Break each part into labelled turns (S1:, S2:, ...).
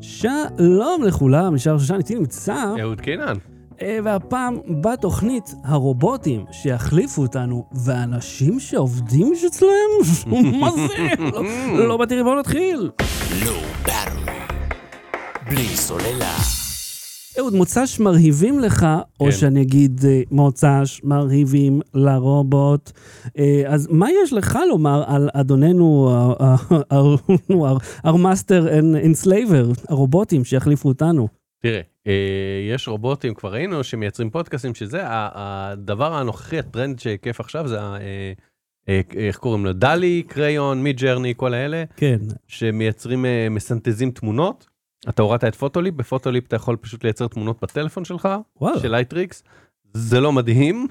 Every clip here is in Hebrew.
S1: שלום לכולם, נשאר שושן איתי נמצא,
S2: אהוד קינן.
S1: אה, והפעם בתוכנית הרובוטים שיחליפו אותנו, והאנשים שעובדים אצלם, מה זה? לא- לא באתי רבעון להתחיל.
S3: בלי סוללה.
S1: אהוד, מוצ"ש מרהיבים לך, או
S2: כן.
S1: שאני אגיד אה, מוצ"ש מרהיבים לרובוט. אה, אז מה יש לך לומר על אדוננו, אה, אה, אה, our master and enslaver, הרובוטים שיחליפו אותנו?
S2: תראה, אה, יש רובוטים, כבר ראינו, שמייצרים פודקאסים, שזה ה- הדבר הנוכחי, הטרנד שכיף עכשיו, זה ה... אה, אה, איך קוראים לו? דלי, קריון, מי ג'רני, כל האלה,
S1: כן.
S2: שמייצרים, אה, מסנטזים תמונות. אתה הורדת את פוטוליפ, בפוטוליפ אתה יכול פשוט לייצר תמונות בטלפון שלך,
S1: וואלה.
S2: של לייטריקס. זה לא מדהים,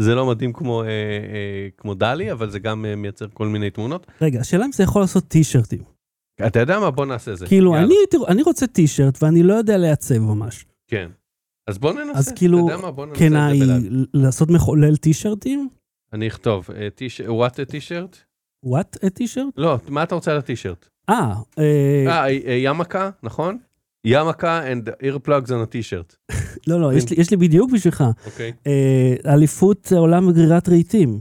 S2: זה לא מדהים כמו, אה, אה, כמו דלי, אבל זה גם אה, מייצר כל מיני תמונות.
S1: רגע, השאלה אם זה יכול לעשות טישרטים.
S2: אתה יודע מה? בוא נעשה זה.
S1: כאילו,
S2: יאללה.
S1: אני, תראו, אני רוצה טישרט ואני לא יודע לעצב ממש.
S2: כן. אז בוא ננסה.
S1: אז כאילו,
S2: אתה יודע מה? בוא ננסה את
S1: כן,
S2: זה
S1: ה-
S2: בלעד.
S1: לעשות מחולל טישרטים?
S2: אני אכתוב, אה, טיש- what a t-shirt?
S1: וואט טישרט?
S2: לא, מה אתה רוצה על הטישרט?
S1: אה, אה,
S2: אה, אה, אה, ימקה, נכון? ימקה and earplugs on a t-shirt,
S1: לא, לא, יש לי- יש לי בדיוק בשבילך.
S2: אוקיי?
S1: אה, אליפות העולם בגרירת רהיטים.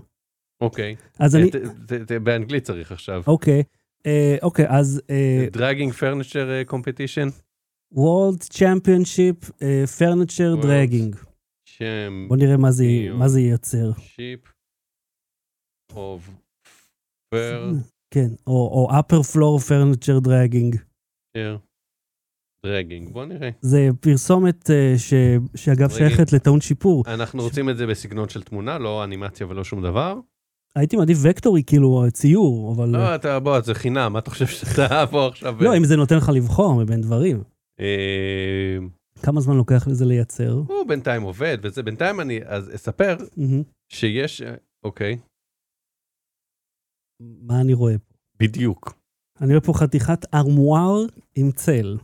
S2: אוקיי.
S1: אז אני,
S2: אה, ת- ת- ת- באנגלית צריך עכשיו.
S1: אוקיי, אה, אוקיי, אז אה,
S2: דרגינג פרניצ'ר קומפטישן?
S1: World Championship אה, Furniture
S2: World.
S1: Dragging.
S2: שם
S1: בוא נראה מה זה- מה זה ייצר.
S2: שיפ אוף פרניצ'ר
S1: כן, או או upper floor furniture dragging.
S2: דרגינג. בוא נראה.
S1: זה פרסומת אה, ש- שאגב
S2: Dragging.
S1: שייכת לטעון שיפור.
S2: אנחנו
S1: ש-
S2: רוצים את זה בסגנון של תמונה, לא אנימציה ולא שום דבר.
S1: הייתי מעדיף וקטורי, כאילו, ציור, אבל... אה,
S2: לא, אתה, בוא, זה חינם, מה אתה חושב שאתה פה עכשיו?
S1: לא, אם זה נותן לך לבחור מבין דברים.
S2: אה,
S1: כמה זמן לוקח לזה לייצר?
S2: הוא בינתיים עובד וזה בינתיים אני אז אספר
S1: מהמם.
S2: שיש אה, אוקיי
S1: מה אני רואה פה?
S2: בדיוק
S1: אני רואה פה חתיכת ארמואר עם צל.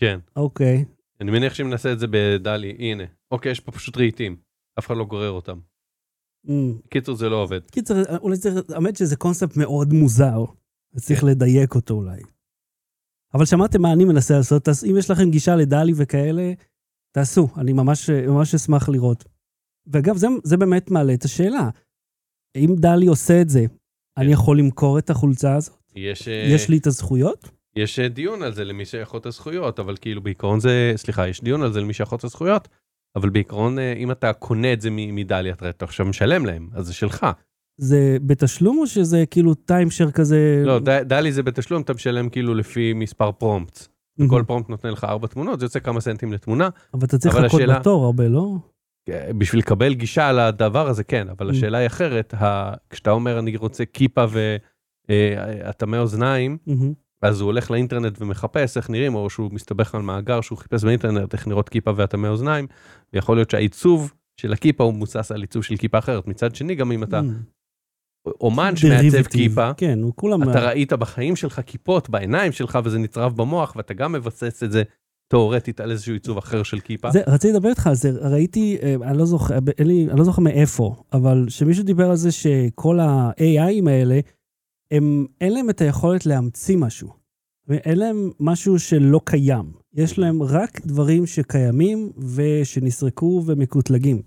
S2: כן
S1: אוקיי.
S2: אני מניח שאם נעשה את זה בדלי הנה אוקיי יש פה פשוט רהיטים אף אחד לא גורר אותם
S1: אמ,
S2: קיצור זה לא עובד
S1: קיצר, אולי צריך, האמת שזה קונספט מאוד מוזר. אז צריך
S2: כן.
S1: לדייק אותו אולי. אבל שמעתם מה אני מנסה לעשות, אז אם יש לכם גישה לדלי וכאלה, תעשו, אני ממש, ממש אשמח לראות. ואגב, זה, זה באמת מעלה את השאלה. אם דלי עושה את זה, אני יכול למכור את החולצה הזאת?
S2: יש כן. אה,
S1: יש לי את הזכויות?
S2: יש אה, דיון על זה למי שיכול את הזכויות אבל כאילו בעיקרון זה סליחה יש דיון על זה למי שיכול את הזכויות אבל בעיקרון אה, אם אתה קונה את זה מ- מדלי אתה אתה עכשיו משלם להם אז זה שלך
S1: זה בתשלום או שזה כאילו טיימשר כזה?
S2: לא ד- דלי זה בתשלום אתה משלם כאילו לפי מספר פרומפט
S1: מהמם.
S2: כל פרומפט נותן לך ארבע תמונות זה יוצא כמה סנטים לתמונה.
S1: אבל אתה צריך
S2: אבל
S1: לחכות
S2: השאלה-
S1: בתור הרבה, לא?
S2: בשביל לקבל גישה לדבר הזה כן אבל
S1: Mm.
S2: השאלה היא אחרת ה- כשאתה אומר אני רוצה כיפה אה, והטמא אוזניים
S1: מהמם.
S2: אז הוא הולך לאינטרנט ומחפש איך נראים או שהוא מסתבך על מאגר שהוא חיפש באינטרנט איך נראות כיפה והטמא אוזניים ויכול להיות שהעיצוב של הכיפה הוא מבוסס על עיצוב של כיפה אחרת מצד שני גם אם אתה
S1: מהמם.
S2: אומן שמעצב
S1: Mm. Derivative,
S2: כיפה.
S1: כן, הוא כולם...
S2: אתה ראית בחיים שלך כיפות בעיניים שלך וזה נצרב במוח ואתה גם מבסס את זה תאורטית על איזשהו עיצוב אחר של כיפה.
S1: זה, רציתי לדבר איתך על זה, ראיתי, אה, אני לא זוכר, ב- אין לי- אני לא זוכר מאיפה, אבל שמישהו דיבר על זה שכל ה-AIים האלה, הם, אין להם את היכולת להמציא משהו. אין להם משהו שלא קיים. יש להם רק דברים שקיימים ושנסרקו ומקוטלגים.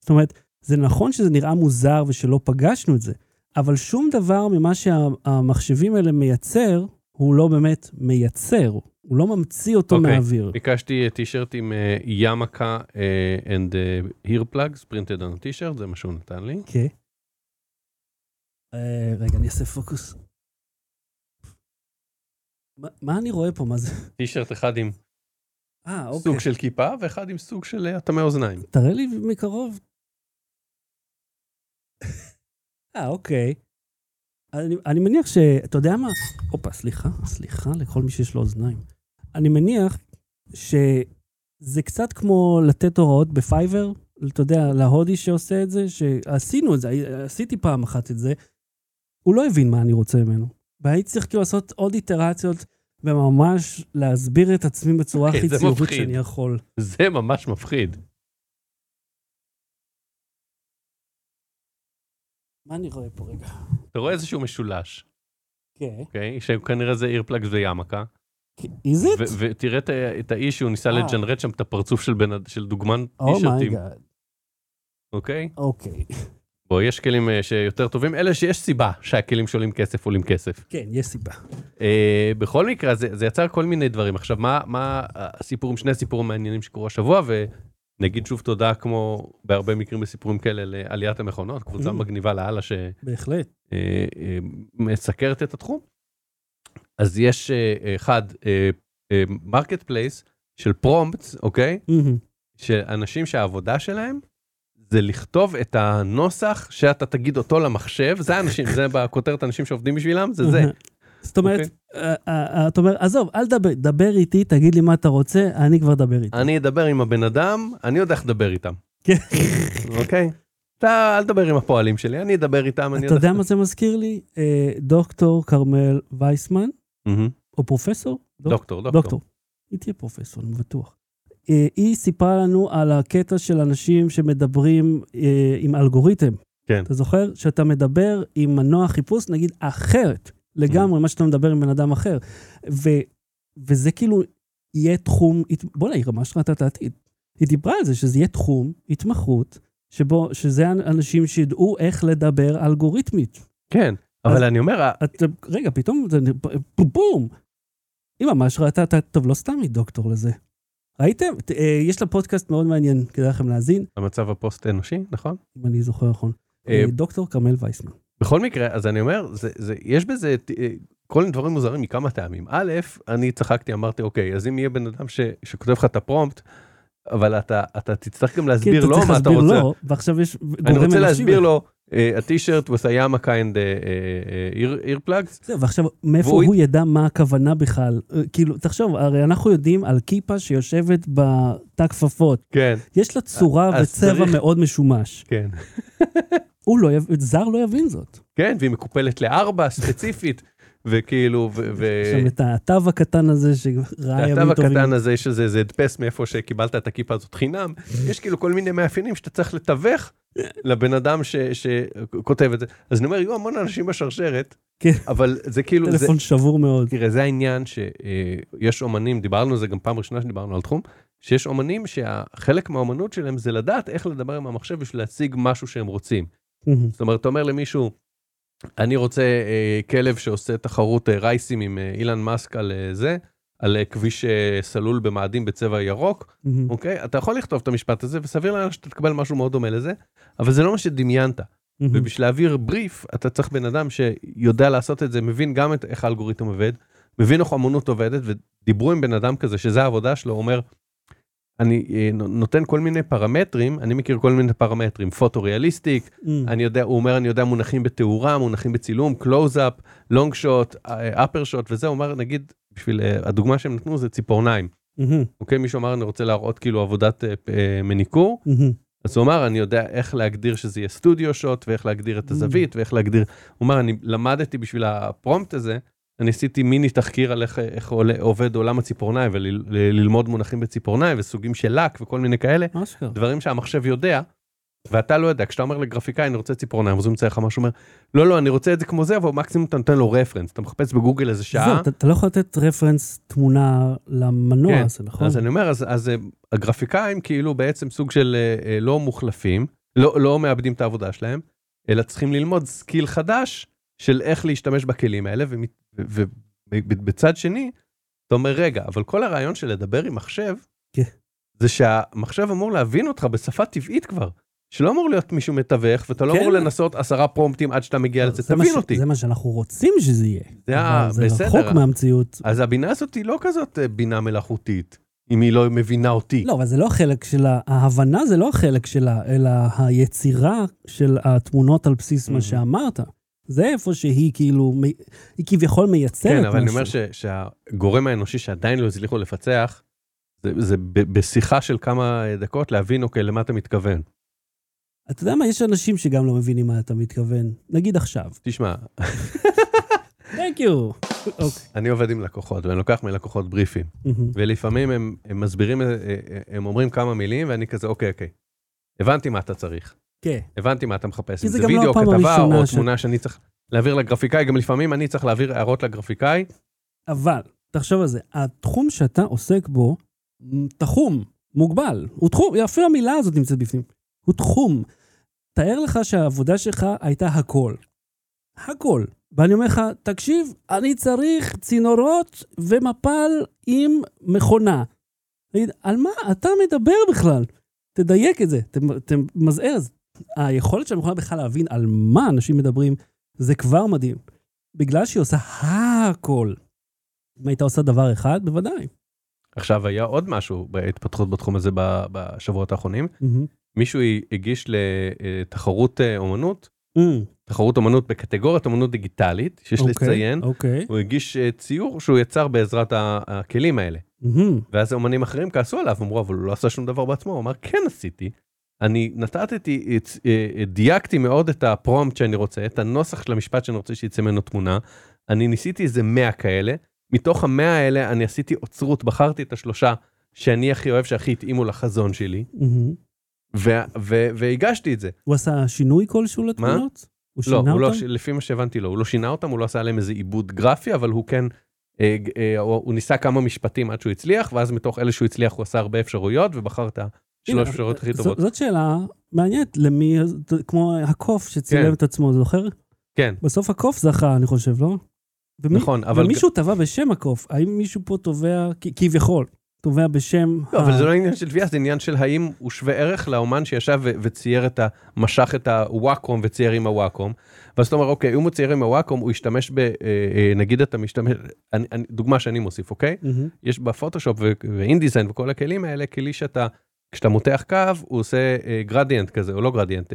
S1: זאת אומרת, זה נכון שזה נראה מוזר ושלא פגשנו את זה, אבל שום דבר ממה שהמחשבים האלה מייצר, הוא לא באמת מייצר, הוא לא ממציא אותו okay.
S2: אוקיי.
S1: מהאוויר.
S2: ביקשתי אה, טישרט עם אה, ימקה אה, and אה, ear plugs printed on a t-shirt, זה מה שהוא נתן לי.
S1: אוקיי. אה, רגע, אני אעשה פוקוס. מה- מה אני רואה פה? מה זה?
S2: טישרט אחד עם
S1: אה, אוקיי.
S2: סוג של כיפה ואחד עם סוג של אה, הטמא אוזניים.
S1: תראה לי מקרוב. אה, אוקיי. אני, אני מניח ש... אתה יודע מה? הופה, סליחה, סליחה לכל מי שיש לו אוזניים. אני מניח שזה קצת כמו לתת הוראות בפייבר, אתה יודע, להודי שעושה את זה, שעשינו את זה, עשיתי פעם אחת את זה, הוא לא הבין מה אני רוצה ממנו. והייתי צריך כאילו לעשות עוד איטרציות, וממש להסביר את עצמי בצורה
S2: אוקיי,
S1: הכי
S2: זה
S1: ציורית
S2: מפחיד.
S1: שאני יכול.
S2: זה ממש מפחיד.
S1: מה אני רואה פה רגע?
S2: אתה רואה איזשהו משולש,
S1: כן.
S2: אוקיי? שכנראה זה ear plugs וימקה.
S1: איז
S2: ו-
S1: איט?
S2: ותראה את ה- את האיש שהוא ניסה
S1: אה. Oh
S2: לג'נרט שם את הפרצוף של בן אד- של דוגמן טישרטים,
S1: אומייגאד.
S2: אוקיי?
S1: אוקיי.
S2: בוא, יש כלים אה, שיותר טובים, אלה שיש סיבה שהכלים שעולים כסף עולים כסף.
S1: כן, יש סיבה.
S2: אה, בכל מקרה, זה, זה יצר כל מיני דברים. עכשיו, מה, מה הסיפורים, שני סיפורים מעניינים שקרו השבוע, ונגיד שוב תודה, כמו בהרבה מקרים בסיפורים כאלה, לעליית המכונות, קבוצה
S1: Mm.
S2: מגניבה לאללה שמסקרת
S1: בהחלט.
S2: אה, אה, מסקרת את התחום. אז יש אה, אה, אחד, מרקט פלייס של פרומפטס, אוקיי?
S1: מהמם.
S2: של אנשים שהעבודה שלהם זה לכתוב את הנוסח שאתה תגיד אותו למחשב, זה האנשים, זה בכותרת האנשים שעובדים בשבילם, זה אוקיי. זה.
S1: אהה. זאת אומרת, אה, אה, אה, אתה אומר, עזוב, אל תדבר, דבר איתי, תגיד לי מה אתה רוצה, אני כבר אדבר איתך.
S2: אני אדבר עם הבן אדם, אני יודע איך לדבר איתם,
S1: כן.
S2: אוקיי? אתה אל תדבר עם הפועלים שלי, אני אדבר איתם, אני
S1: אתה יודע מה זה מזכיר לי? אה, דוקטור כרמל וייסמן,
S2: מהמם.
S1: או פרופסור?
S2: דוקטור, דוקטור.
S1: לא? דוקטור. היא תהיה פרופסור, אני בטוח. אה, היא סיפרה לנו על הקטע של אנשים שמדברים אה, עם אלגוריתם.
S2: כן.
S1: אתה זוכר? שאתה מדבר עם מנוע חיפוש, נגיד, אחרת
S2: Mm.
S1: לגמרי, מה שאתה מדבר עם בן אדם אחר. ו, וזה כאילו יהיה תחום, הת- בוא'נה, היא ממש ראתה את העתיד. היא דיברה על זה שזה יהיה תחום התמחות, שבו, שזה אנשים שידעו איך לדבר אלגוריתמית.
S2: כן,
S1: אז-
S2: אבל אני אומר, ה-
S1: אתה, רגע, פתאום זה בום. היא ממש ראתה את ה... טוב, לא סתם היא דוקטור לזה. ראיתם? ת- אה, יש לה פודקאסט מאוד מעניין, כדאי לכם להאזין,
S2: המצב הפוסט-אנושי, נכון?
S1: אם אני זוכר נכון.
S2: אה,
S1: אה, דוקטור כרמל וייסמן.
S2: בכל מקרה, אז אני אומר, זה- זה- יש בזה ת- אה, כל מיני דברים מוזרים מכמה טעמים. א', אני צחקתי, אמרתי, אוקיי, אז אם יהיה בן אדם ש- שכותב לך את הפרומפט, אבל אתה אתה תצטרך גם
S1: כן,
S2: להסביר לו
S1: צריך
S2: מה אתה
S1: להסביר
S2: רוצה.
S1: לו, ועכשיו יש
S2: אני רוצה
S1: אנושי.
S2: להסביר לו, אה, ה-T-shirt with a yama kind אה, אה, אה, ear- earplugs,
S1: זהו, ועכשיו, מאיפה
S2: והוא-
S1: הוא ידע מה הכוונה בכלל? אה, כאילו, תחשוב, הרי אנחנו יודעים על כיפה שיושבת בתא כפפות.
S2: כן,
S1: יש לה צורה
S2: אה, אז
S1: וצבע
S2: צריך-
S1: מאוד משומש.
S2: כן.
S1: הוא לא יבין, זר לא יבין זאת.
S2: כן, והיא מקופלת לארבע ספציפית, וכאילו, ו... ו-
S1: יש שם את התו הקטן הזה שראה
S2: הכתב
S1: ימים טובים.
S2: אה, הקטן הזה שזה איזה הדפס מאיפה שקיבלת את הכיפה הזאת חינם, יש כאילו כל מיני מאפיינים שאתה צריך לתווך לבן אדם ש- שכותב את זה. אז אני אומר, יהיו המון אנשים בשרשרת,
S1: כן.
S2: אבל זה כאילו, זה-
S1: טלפון שבור מאוד.
S2: תראה, זה העניין שיש אומנים, דיברנו על זה גם פעם ראשונה שדיברנו על תחום, שיש אומנים שחלק מהאומנות שלהם זה לדעת איך לדבר עם המחשב בשביל להשיג משהו שהם רוצים. זאת אומרת, אתה אומר למישהו, אני רוצה אה, כלב שעושה תחרות אה, רייסים עם אה, אילן מאסק על אה, זה, על אה, כביש אה, סלול במאדים בצבע ירוק, אוקיי? אתה יכול לכתוב את המשפט הזה, וסביר להניח שאתה תקבל משהו מאוד דומה לזה, אבל זה לא מה שדמיינת. ובשביל להעביר בריף, אתה צריך בן אדם שיודע לעשות את זה, מבין גם את איך האלגוריתם עובד, מבין איך האמנות עובדת, ודיברו עם בן אדם כזה, שזה העבודה שלו, אומר, אני אה, נ- נותן כל מיני פרמטרים, אני מכיר כל מיני פרמטרים, פוטו-ריאליסטיק, אני יודע, הוא אומר, אני יודע מונחים בתאורה, מונחים בצילום, קלוז-אפ, לונג שוט, אפר שוט אה, וזה, הוא אומר, נגיד, בשביל, אה, הדוגמה שהם נתנו זה ציפורניים, אוקיי? מישהו אמר, אני רוצה להראות כאילו עבודת אה, פ- אה, מניקור, אז הוא אמר, אני יודע איך להגדיר שזה יהיה סטודיו שוט, ואיך להגדיר את הזווית, ואיך להגדיר... הוא אמר, אני למדתי בשביל הפרומפט הזה, אני עשיתי מיני תחקיר על איך, אה, איך עולה- עובד עולם הציפורניים, וללמוד מונחים בציפורניים, וסוגים של לק וכל מיני כאלה.
S1: אשכרה.
S2: דברים שהמחשב יודע, ואתה לא יודע, כשאתה אומר לגרפיקאי, אני רוצה ציפורניים, אז הוא מצייר לך משהו, אומר, לא, לא, אני רוצה את זה כמו זה, אבל מקסימום אתה נותן לו רפרנס, אתה מחפש בגוגל איזה
S1: זהו,
S2: שעה,
S1: אתה- אתה לא יכול לתת רפרנס תמונה למנוע
S2: כן,
S1: הזה, נכון?
S2: אז אני אומר, אז, אז אה, הגרפיקאים כאילו בעצם סוג של אה, אה, לא מוחלפים, לא, לא מאבדים את העבודה שלהם, אלא צריכים ללמוד סקיל חדש של איך להשתמש בכלים האלה, ובצד שני, אתה אומר, רגע, אבל כל הרעיון של לדבר עם מחשב,
S1: כן.
S2: זה שהמחשב אמור להבין אותך בשפה טבעית כבר. שלא אמור להיות מישהו מתווך, ואתה לא
S1: כן.
S2: אמור לנסות עשרה פרומפטים עד שאתה מגיע לזה,
S1: לא, זה מה
S2: תבין
S1: ש-
S2: אותי.
S1: זה מה שאנחנו רוצים שזה יהיה.
S2: זה ה-
S1: אבל זה
S2: בסדר. אוקיי.
S1: רחוק מהמציאות.
S2: אז הבינה הזאת היא לא כזאת אה, בינה מלאכותית, אם היא לא מבינה אותי.
S1: לא, אבל זה לא החלק שלה, ההבנה זה לא החלק שלה, אלא היצירה של התמונות על בסיס מה
S2: Mhm.
S1: שאמרת. זה איפה שהיא כאילו, מ- היא כביכול מייצרת משהו.
S2: כן, אבל אני אומר ש, שהגורם האנושי שעדיין לא הצליחו לפצח, זה, זה ב, בשיחה של כמה דקות להבין, אוקיי, למה אתה מתכוון.
S1: אתה יודע מה, יש אנשים שגם לא מבינים מה אתה מתכוון. נגיד עכשיו.
S2: תשמע,
S1: Thank you. אוקיי.
S2: אני עובד עם לקוחות, ואני לוקח מלקוחות בריפים,
S1: Mhm.
S2: ולפעמים הם, הם מסבירים, אה, אה, הם אומרים כמה מילים, ואני כזה, אוקיי, אוקיי, הבנתי מה אתה צריך,
S1: כן.
S2: הבנתי מה אתה מחפש,
S1: כי
S2: אם
S1: זה
S2: זה
S1: גם לא
S2: וידאו,
S1: הפעם
S2: כתבה, או
S1: הראשונה ש-
S2: תמונה שאני צריך להעביר לגרפיקאי, גם לפעמים אני צריך להעביר הערות לגרפיקאי,
S1: אבל תחשוב על זה, התחום שאתה עוסק בו, מ, תחום, מוגבל. הוא תחום, אפילו המילה הזאת נמצאת בפנים. הוא תחום. תאר לך שהעבודה שלך הייתה הכל. הכל. ואני אומר לך, תקשיב, אני צריך צינורות ומפל עם מכונה. תגיד, על מה אתה מדבר בכלל? תדייק את זה, ת- תמזער את זה. היכולת של המכונה בכלל להבין על מה אנשים מדברים, זה כבר מדהים. בגלל שהיא עושה הכל. אם הייתה עושה דבר אחד, בוודאי.
S2: עכשיו היה עוד משהו בהתפתחות בתחום הזה ב- בשבועות האחרונים. מישהו הגיש לתחרות אה, אומנות, תחרות אומנות בקטגוריית אומנות דיגיטלית, שיש
S1: Mm, אוקיי,
S2: לציין,
S1: אוקיי.
S2: הוא הגיש אה, ציור שהוא יצר בעזרת ה- הכלים האלה.
S1: מהמם.
S2: ואז אומנים אחרים כעסו עליו, אמרו, אבל הוא לא עשה שום דבר בעצמו, הוא אמר, כן עשיתי. אני נתתי, את- אה, דייקתי מאוד את הפרומפט שאני רוצה, את הנוסח של המשפט שאני רוצה שיצא ממנו תמונה. אני ניסיתי איזה 100 כאלה, מתוך המאה האלה אני עשיתי אוצרות, בחרתי את השלושה שאני הכי אוהב, שהכי התאימו לחזון שלי,
S1: מהמם.
S2: ו- ו- והגשתי את זה.
S1: הוא עשה שינוי כלשהו לתמונות? הוא שינה
S2: לא,
S1: אותם?
S2: הוא לא, ש- לפי מה שהבנתי לא, הוא לא שינה אותם, הוא לא עשה עליהם איזה עיבוד גרפי, אבל הוא כן, אה, ג- אה, הוא, הוא ניסה כמה משפטים עד שהוא הצליח, ואז מתוך אלה שהוא הצליח הוא עשה הרבה אפשרויות, ובחר את השלוש
S1: הנה,
S2: אפשרויות הכי
S1: ז-
S2: טובות.
S1: זאת שאלה מעניינת, למי, כמו הקוף
S2: כן.
S1: שצילם את עצמו, זוכר?
S2: כן,
S1: בסוף הקוף זכה, אני חושב, לא? ומי-
S2: נכון, אבל...
S1: ומישהו תבע בשם הקוף, האם מישהו פה תובע, כ- כביכול, תובע בשם...
S2: לא, אבל
S1: ה-
S2: זה לא עניין של תביעה, זה עניין של האם הוא שווה ערך לאומן שישב ו- וצייר את ה... משך את הוואקום וצייר עם הוואקום. ואז אתה אומר, אוקיי, אם הוא צייר עם הוואקום, הוא ישתמש ב... אה, אה, נגיד אתה משתמש... אני, אני, דוגמה שאני מוסיף, אוקיי?
S1: מהמם.
S2: יש בפוטושופ ו- ואינדיזיין וכל הכלים האלה כלי שאתה כשאתה מותח קו הוא עושה אה, גרדיאנט כזה או לא גרדיאנט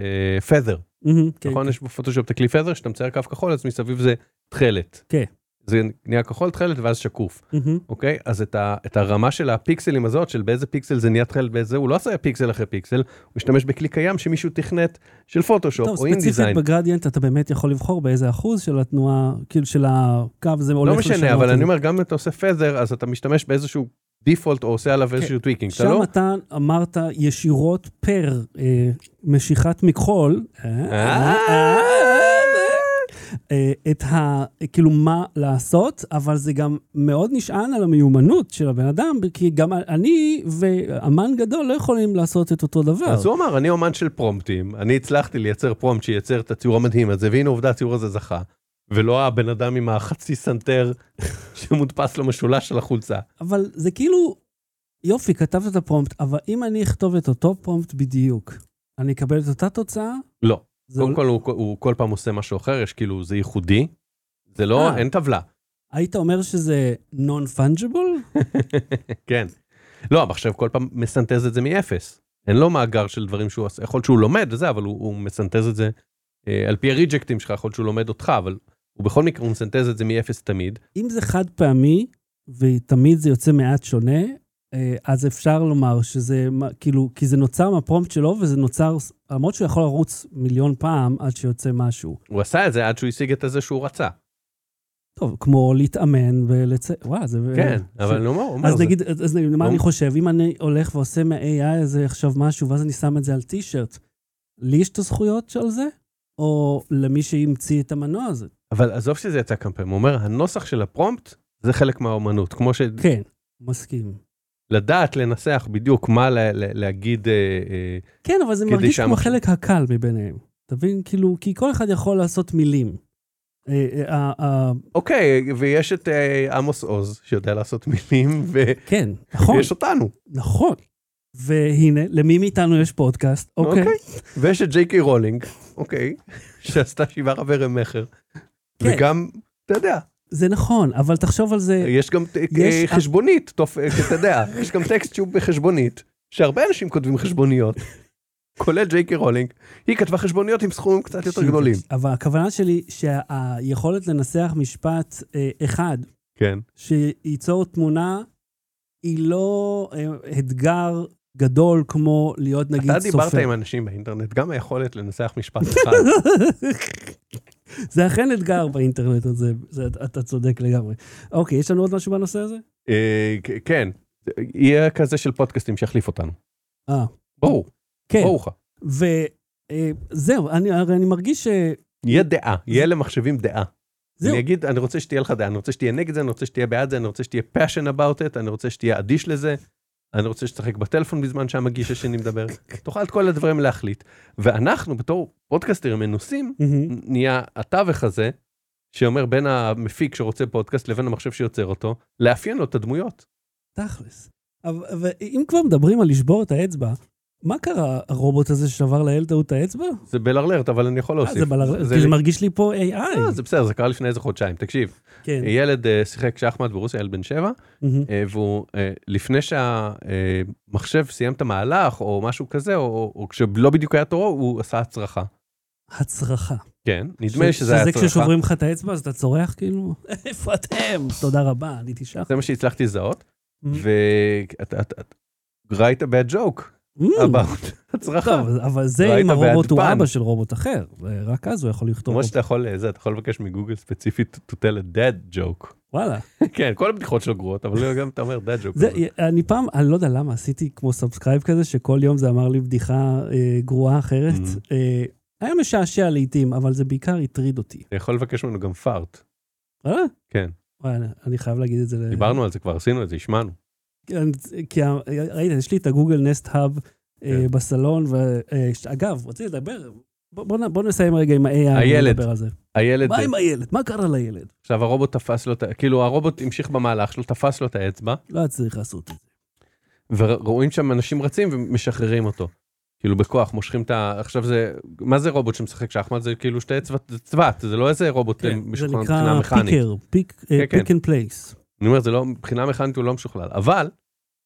S2: פזר
S1: מהמם, כן,
S2: נכון יש בפוטושופ את הכלי פזר שאתה מצייר קו כחול אז מסביב זה תכלת.
S1: כן.
S2: זה נהיה כחול תכלת ואז שקוף
S1: כן. מהמם.
S2: אוקיי אז את, ה, את הרמה של הפיקסלים הזאת של באיזה פיקסל זה נהיה תכלת באיזה הוא לא עשה פיקסל אחרי פיקסל הוא השתמש בכלי קיים שמישהו תכנת של פוטושופ
S1: טוב,
S2: או
S1: ספציפית
S2: אינדיזיין.
S1: בגרדיאנט אתה באמת יכול לבחור באיזה אחוז של התנועה, כאילו של הקו זה הולך
S2: לא משנה
S1: לשנות
S2: אבל
S1: את
S2: אני
S1: זה.
S2: אומר גם אם אתה עושה פזר אז אתה משתמש באיזשהו דיפולט או עושה עליו איזשהו טוויקינג. אתה
S1: כן. שם
S2: לא-
S1: אתה אמרת ישירות פר אה, משיכת מכחול, אה, אה, אה, אה, את ה... כאילו מה לעשות, אבל זה גם מאוד נשען על המיומנות של הבן אדם, כי גם אני ואמן גדול לא יכולים לעשות את אותו דבר.
S2: אז הוא אמר, אני אומן של פרומפטים, אני הצלחתי לייצר פרומפט שייצר את הציור המדהים הזה, והנה עובדה, הציור הזה זכה. ולא הבן אדם עם החצי סנטר שמודפס למשולש של החולצה.
S1: אבל זה כאילו, יופי, כתבת את הפרומפט, אבל אם אני אכתוב את אותו פרומפט בדיוק, אני אקבל את אותה תוצאה?
S2: לא,
S1: זה
S2: קודם
S1: אול-
S2: כל הוא, הוא כל פעם עושה משהו אחר, יש כאילו, זה ייחודי, זה לא,
S1: אה.
S2: אין טבלה.
S1: היית אומר שזה non-fungible?
S2: כן. לא, המחשב כל פעם מסנטז את זה מאפס. אין לו מאגר של דברים שהוא עושה, יכול להיות שהוא לומד וזה, אבל הוא, הוא מסנטז את זה אה, על פי הריג'קטים שלך, יכול להיות שהוא לומד אותך, אבל הוא בכל מקרה, הוא מסנטז את זה מאפס תמיד.
S1: אם זה חד פעמי, ותמיד זה יוצא מעט שונה, אה, אז אפשר לומר שזה, מה- כאילו, כי זה נוצר מהפרומפט שלו, וזה נוצר, למרות שהוא יכול לרוץ מיליון פעם עד שיוצא משהו.
S2: הוא עשה את זה עד שהוא השיג את הזה שהוא רצה.
S1: טוב, כמו להתאמן ולצא, וואו, זה...
S2: כן,
S1: זה-
S2: אבל אני אומר, אומר,
S1: אז
S2: זה-
S1: נגיד, אז אז נגיד, מה
S2: לא-
S1: אני חושב, אם אני הולך ועושה מה-AI הזה עכשיו משהו, ואז אני שם את זה על טישרט, לי יש את הזכויות על זה? או למי שהמציא את המנוע הזה?
S2: אבל עזוב שזה יצא קמפיין, הוא אומר, הנוסח של הפרומפט זה חלק מהאומנות, כמו
S1: כן, מסכים.
S2: שלדעת לנסח בדיוק מה לה, לה, להגיד, אה, אה,
S1: כן, אבל זה
S2: כדי
S1: מרגיש כמו
S2: שהמחשב-
S1: החלק הקל מביניהם. אתה מבין? כאילו, כי כל אחד יכול לעשות מילים. אה, אה, אה, אה,
S2: אוקיי, ויש את אה, עמוס עוז שיודע לעשות מילים, ו...
S1: כן, נכון,
S2: ויש אותנו,
S1: נכון. והנה, למי מאיתנו יש פודקאסט? אוקיי.
S2: אוקיי. ויש את ג'יי קיי רולינג, אוקיי, שעשתה שבעה רברי מכר,
S1: כן.
S2: וגם, אתה יודע,
S1: זה נכון, אבל תחשוב על זה,
S2: יש גם אה,
S1: יש-
S2: חשבונית, תופ- אה, אתה יודע, יש גם טקסט שהוא בחשבונית, שהרבה אנשים כותבים חשבוניות, כולל ג'יי קיי רולינג, היא כתבה חשבוניות עם סכומים קצת יותר
S1: תקשיב,
S2: גדולים.
S1: אבל הכוונה שלי שהיכולת לנסח משפט אה, אחד
S2: כן.
S1: שייצור תמונה, היא לא אה, אתגר גדול כמו להיות נגיד
S2: אתה
S1: סופר.
S2: דיברת עם אנשים באינטרנט, גם היכולת לנסח משפט אחד.
S1: זה אכן אתגר באינטרנט הזה, זה, אתה צודק לגמרי. אוקיי, יש לנו עוד משהו בנושא הזה?
S2: אה, כ- כן, יהיה כזה של פודקאסטים שיחליף אותנו.
S1: אה,
S2: ברור,
S1: כן.
S2: ברור לך.
S1: וזהו, אני, הרי אני מרגיש ש...
S2: יהיה דעה, יהיה למחשבים דעה.
S1: זהו.
S2: אני אגיד, אני רוצה שתהיה לך דעה, אני רוצה שתהיה נגד זה, אני רוצה שתהיה בעד זה, אני רוצה שתהיה passion about it, אני רוצה שתהיה אדיש לזה, אני רוצה שתשחק בטלפון בזמן שהמגיש השני מדבר. תוכל את כל הדברים להחליט. ואנחנו, בתור פודקאסטרים מנוסים,
S1: מהמם.
S2: נהיה התווך הזה, שאומר בין המפיק שרוצה פודקאסט לבין המחשב שיוצר אותו, לאפיין לו את הדמויות.
S1: תכלס. אבל אבל אם כבר מדברים על לשבור את האצבע, מה קרה הרובוט הזה ששבר לילד ההוא את האצבע?
S2: זה בלרלרת, אבל אני יכול
S1: אה,
S2: להוסיף.
S1: זה בלר...
S2: לא, זה-
S1: כי זה מרגיש לי פה AI.
S2: אה, זה בסדר, זה קרה לפני איזה חודשיים. תקשיב,
S1: כן.
S2: ילד אה, שיחק שחמט ברוסיה, ילד בן שבע,
S1: מהמם.
S2: אה, והוא, אה, לפני שהמחשב סיים את המהלך, או משהו כזה, או- או או כשלא בדיוק היה תורו, הוא עשה הצרחה.
S1: הצרחה.
S2: כן, נדמה לי שזה היה
S1: שזה
S2: הצרחה.
S1: כששוברים לך את האצבע אז אתה צורח כאילו, איפה אתם? תודה רבה, אני תשעה.
S2: זה מה שהצלחתי לזהות,
S1: Mm-hmm.
S2: ואתה, ראית bad joke
S1: Mm.
S2: about הצרחה.
S1: טוב, אבל זה
S2: ראית
S1: אם הרובוט הוא
S2: בהדפן.
S1: אבא של רובוט אחר, רק אז הוא יכול לכתוב.
S2: למרות שאתה יכול, אה, זה, אתה יכול לבקש מגוגל ספציפית to tell a dead joke.
S1: וואלה.
S2: כן, כל הבדיחות שלו גרועות, אבל גם אתה אומר dead joke.
S1: זה,
S2: כזה.
S1: אני פעם, אני לא יודע למה, עשיתי כמו סאבסקרייב כזה, שכל יום זה אמר לי בדיחה אה, גרועה אחרת.
S2: Mhm.
S1: אה, היה משעשע לעיתים, אבל זה בעיקר הטריד אותי.
S2: אתה יכול לבקש ממנו גם פארט.
S1: וואלה?
S2: כן.
S1: וואלה, אני חייב להגיד את זה. ל-
S2: דיברנו על זה כבר, עשינו את זה, השמענו.
S1: כן, כי ה- ראית, יש לי את הגוגל נסט האב אה,
S2: כן.
S1: בסלון, אה, ואגב, רציתי לדבר, בוא- בוא נ- בוא נסיים רגע עם ה-AI.
S2: הילד.
S1: ונדבר על זה.
S2: הילד,
S1: מה עם הילד? מה קרה לילד?
S2: עכשיו הרובוט תפס לו, את ה- כאילו הרובוט המשיך במהלך שלו, תפס לו את האצבע,
S1: לא היה צריך לעשות את זה.
S2: ורואים שם אנשים רצים ומשחררים אותו. כאילו בכוח, מושכים את ה... עכשיו זה... מה זה רובוט שמשחק שחמט? זה כאילו שתי אצבעות, זה צבת, זה לא איזה רובוט אה,
S1: כן, זה
S2: משוכלל
S1: נקרא
S2: מבחינה מכנית.
S1: פיקר, פיק אה,
S2: כן,
S1: פיק אנד פלייס.
S2: אני אומר, זה לא, מבחינה מכנית הוא לא משוכלל. אבל,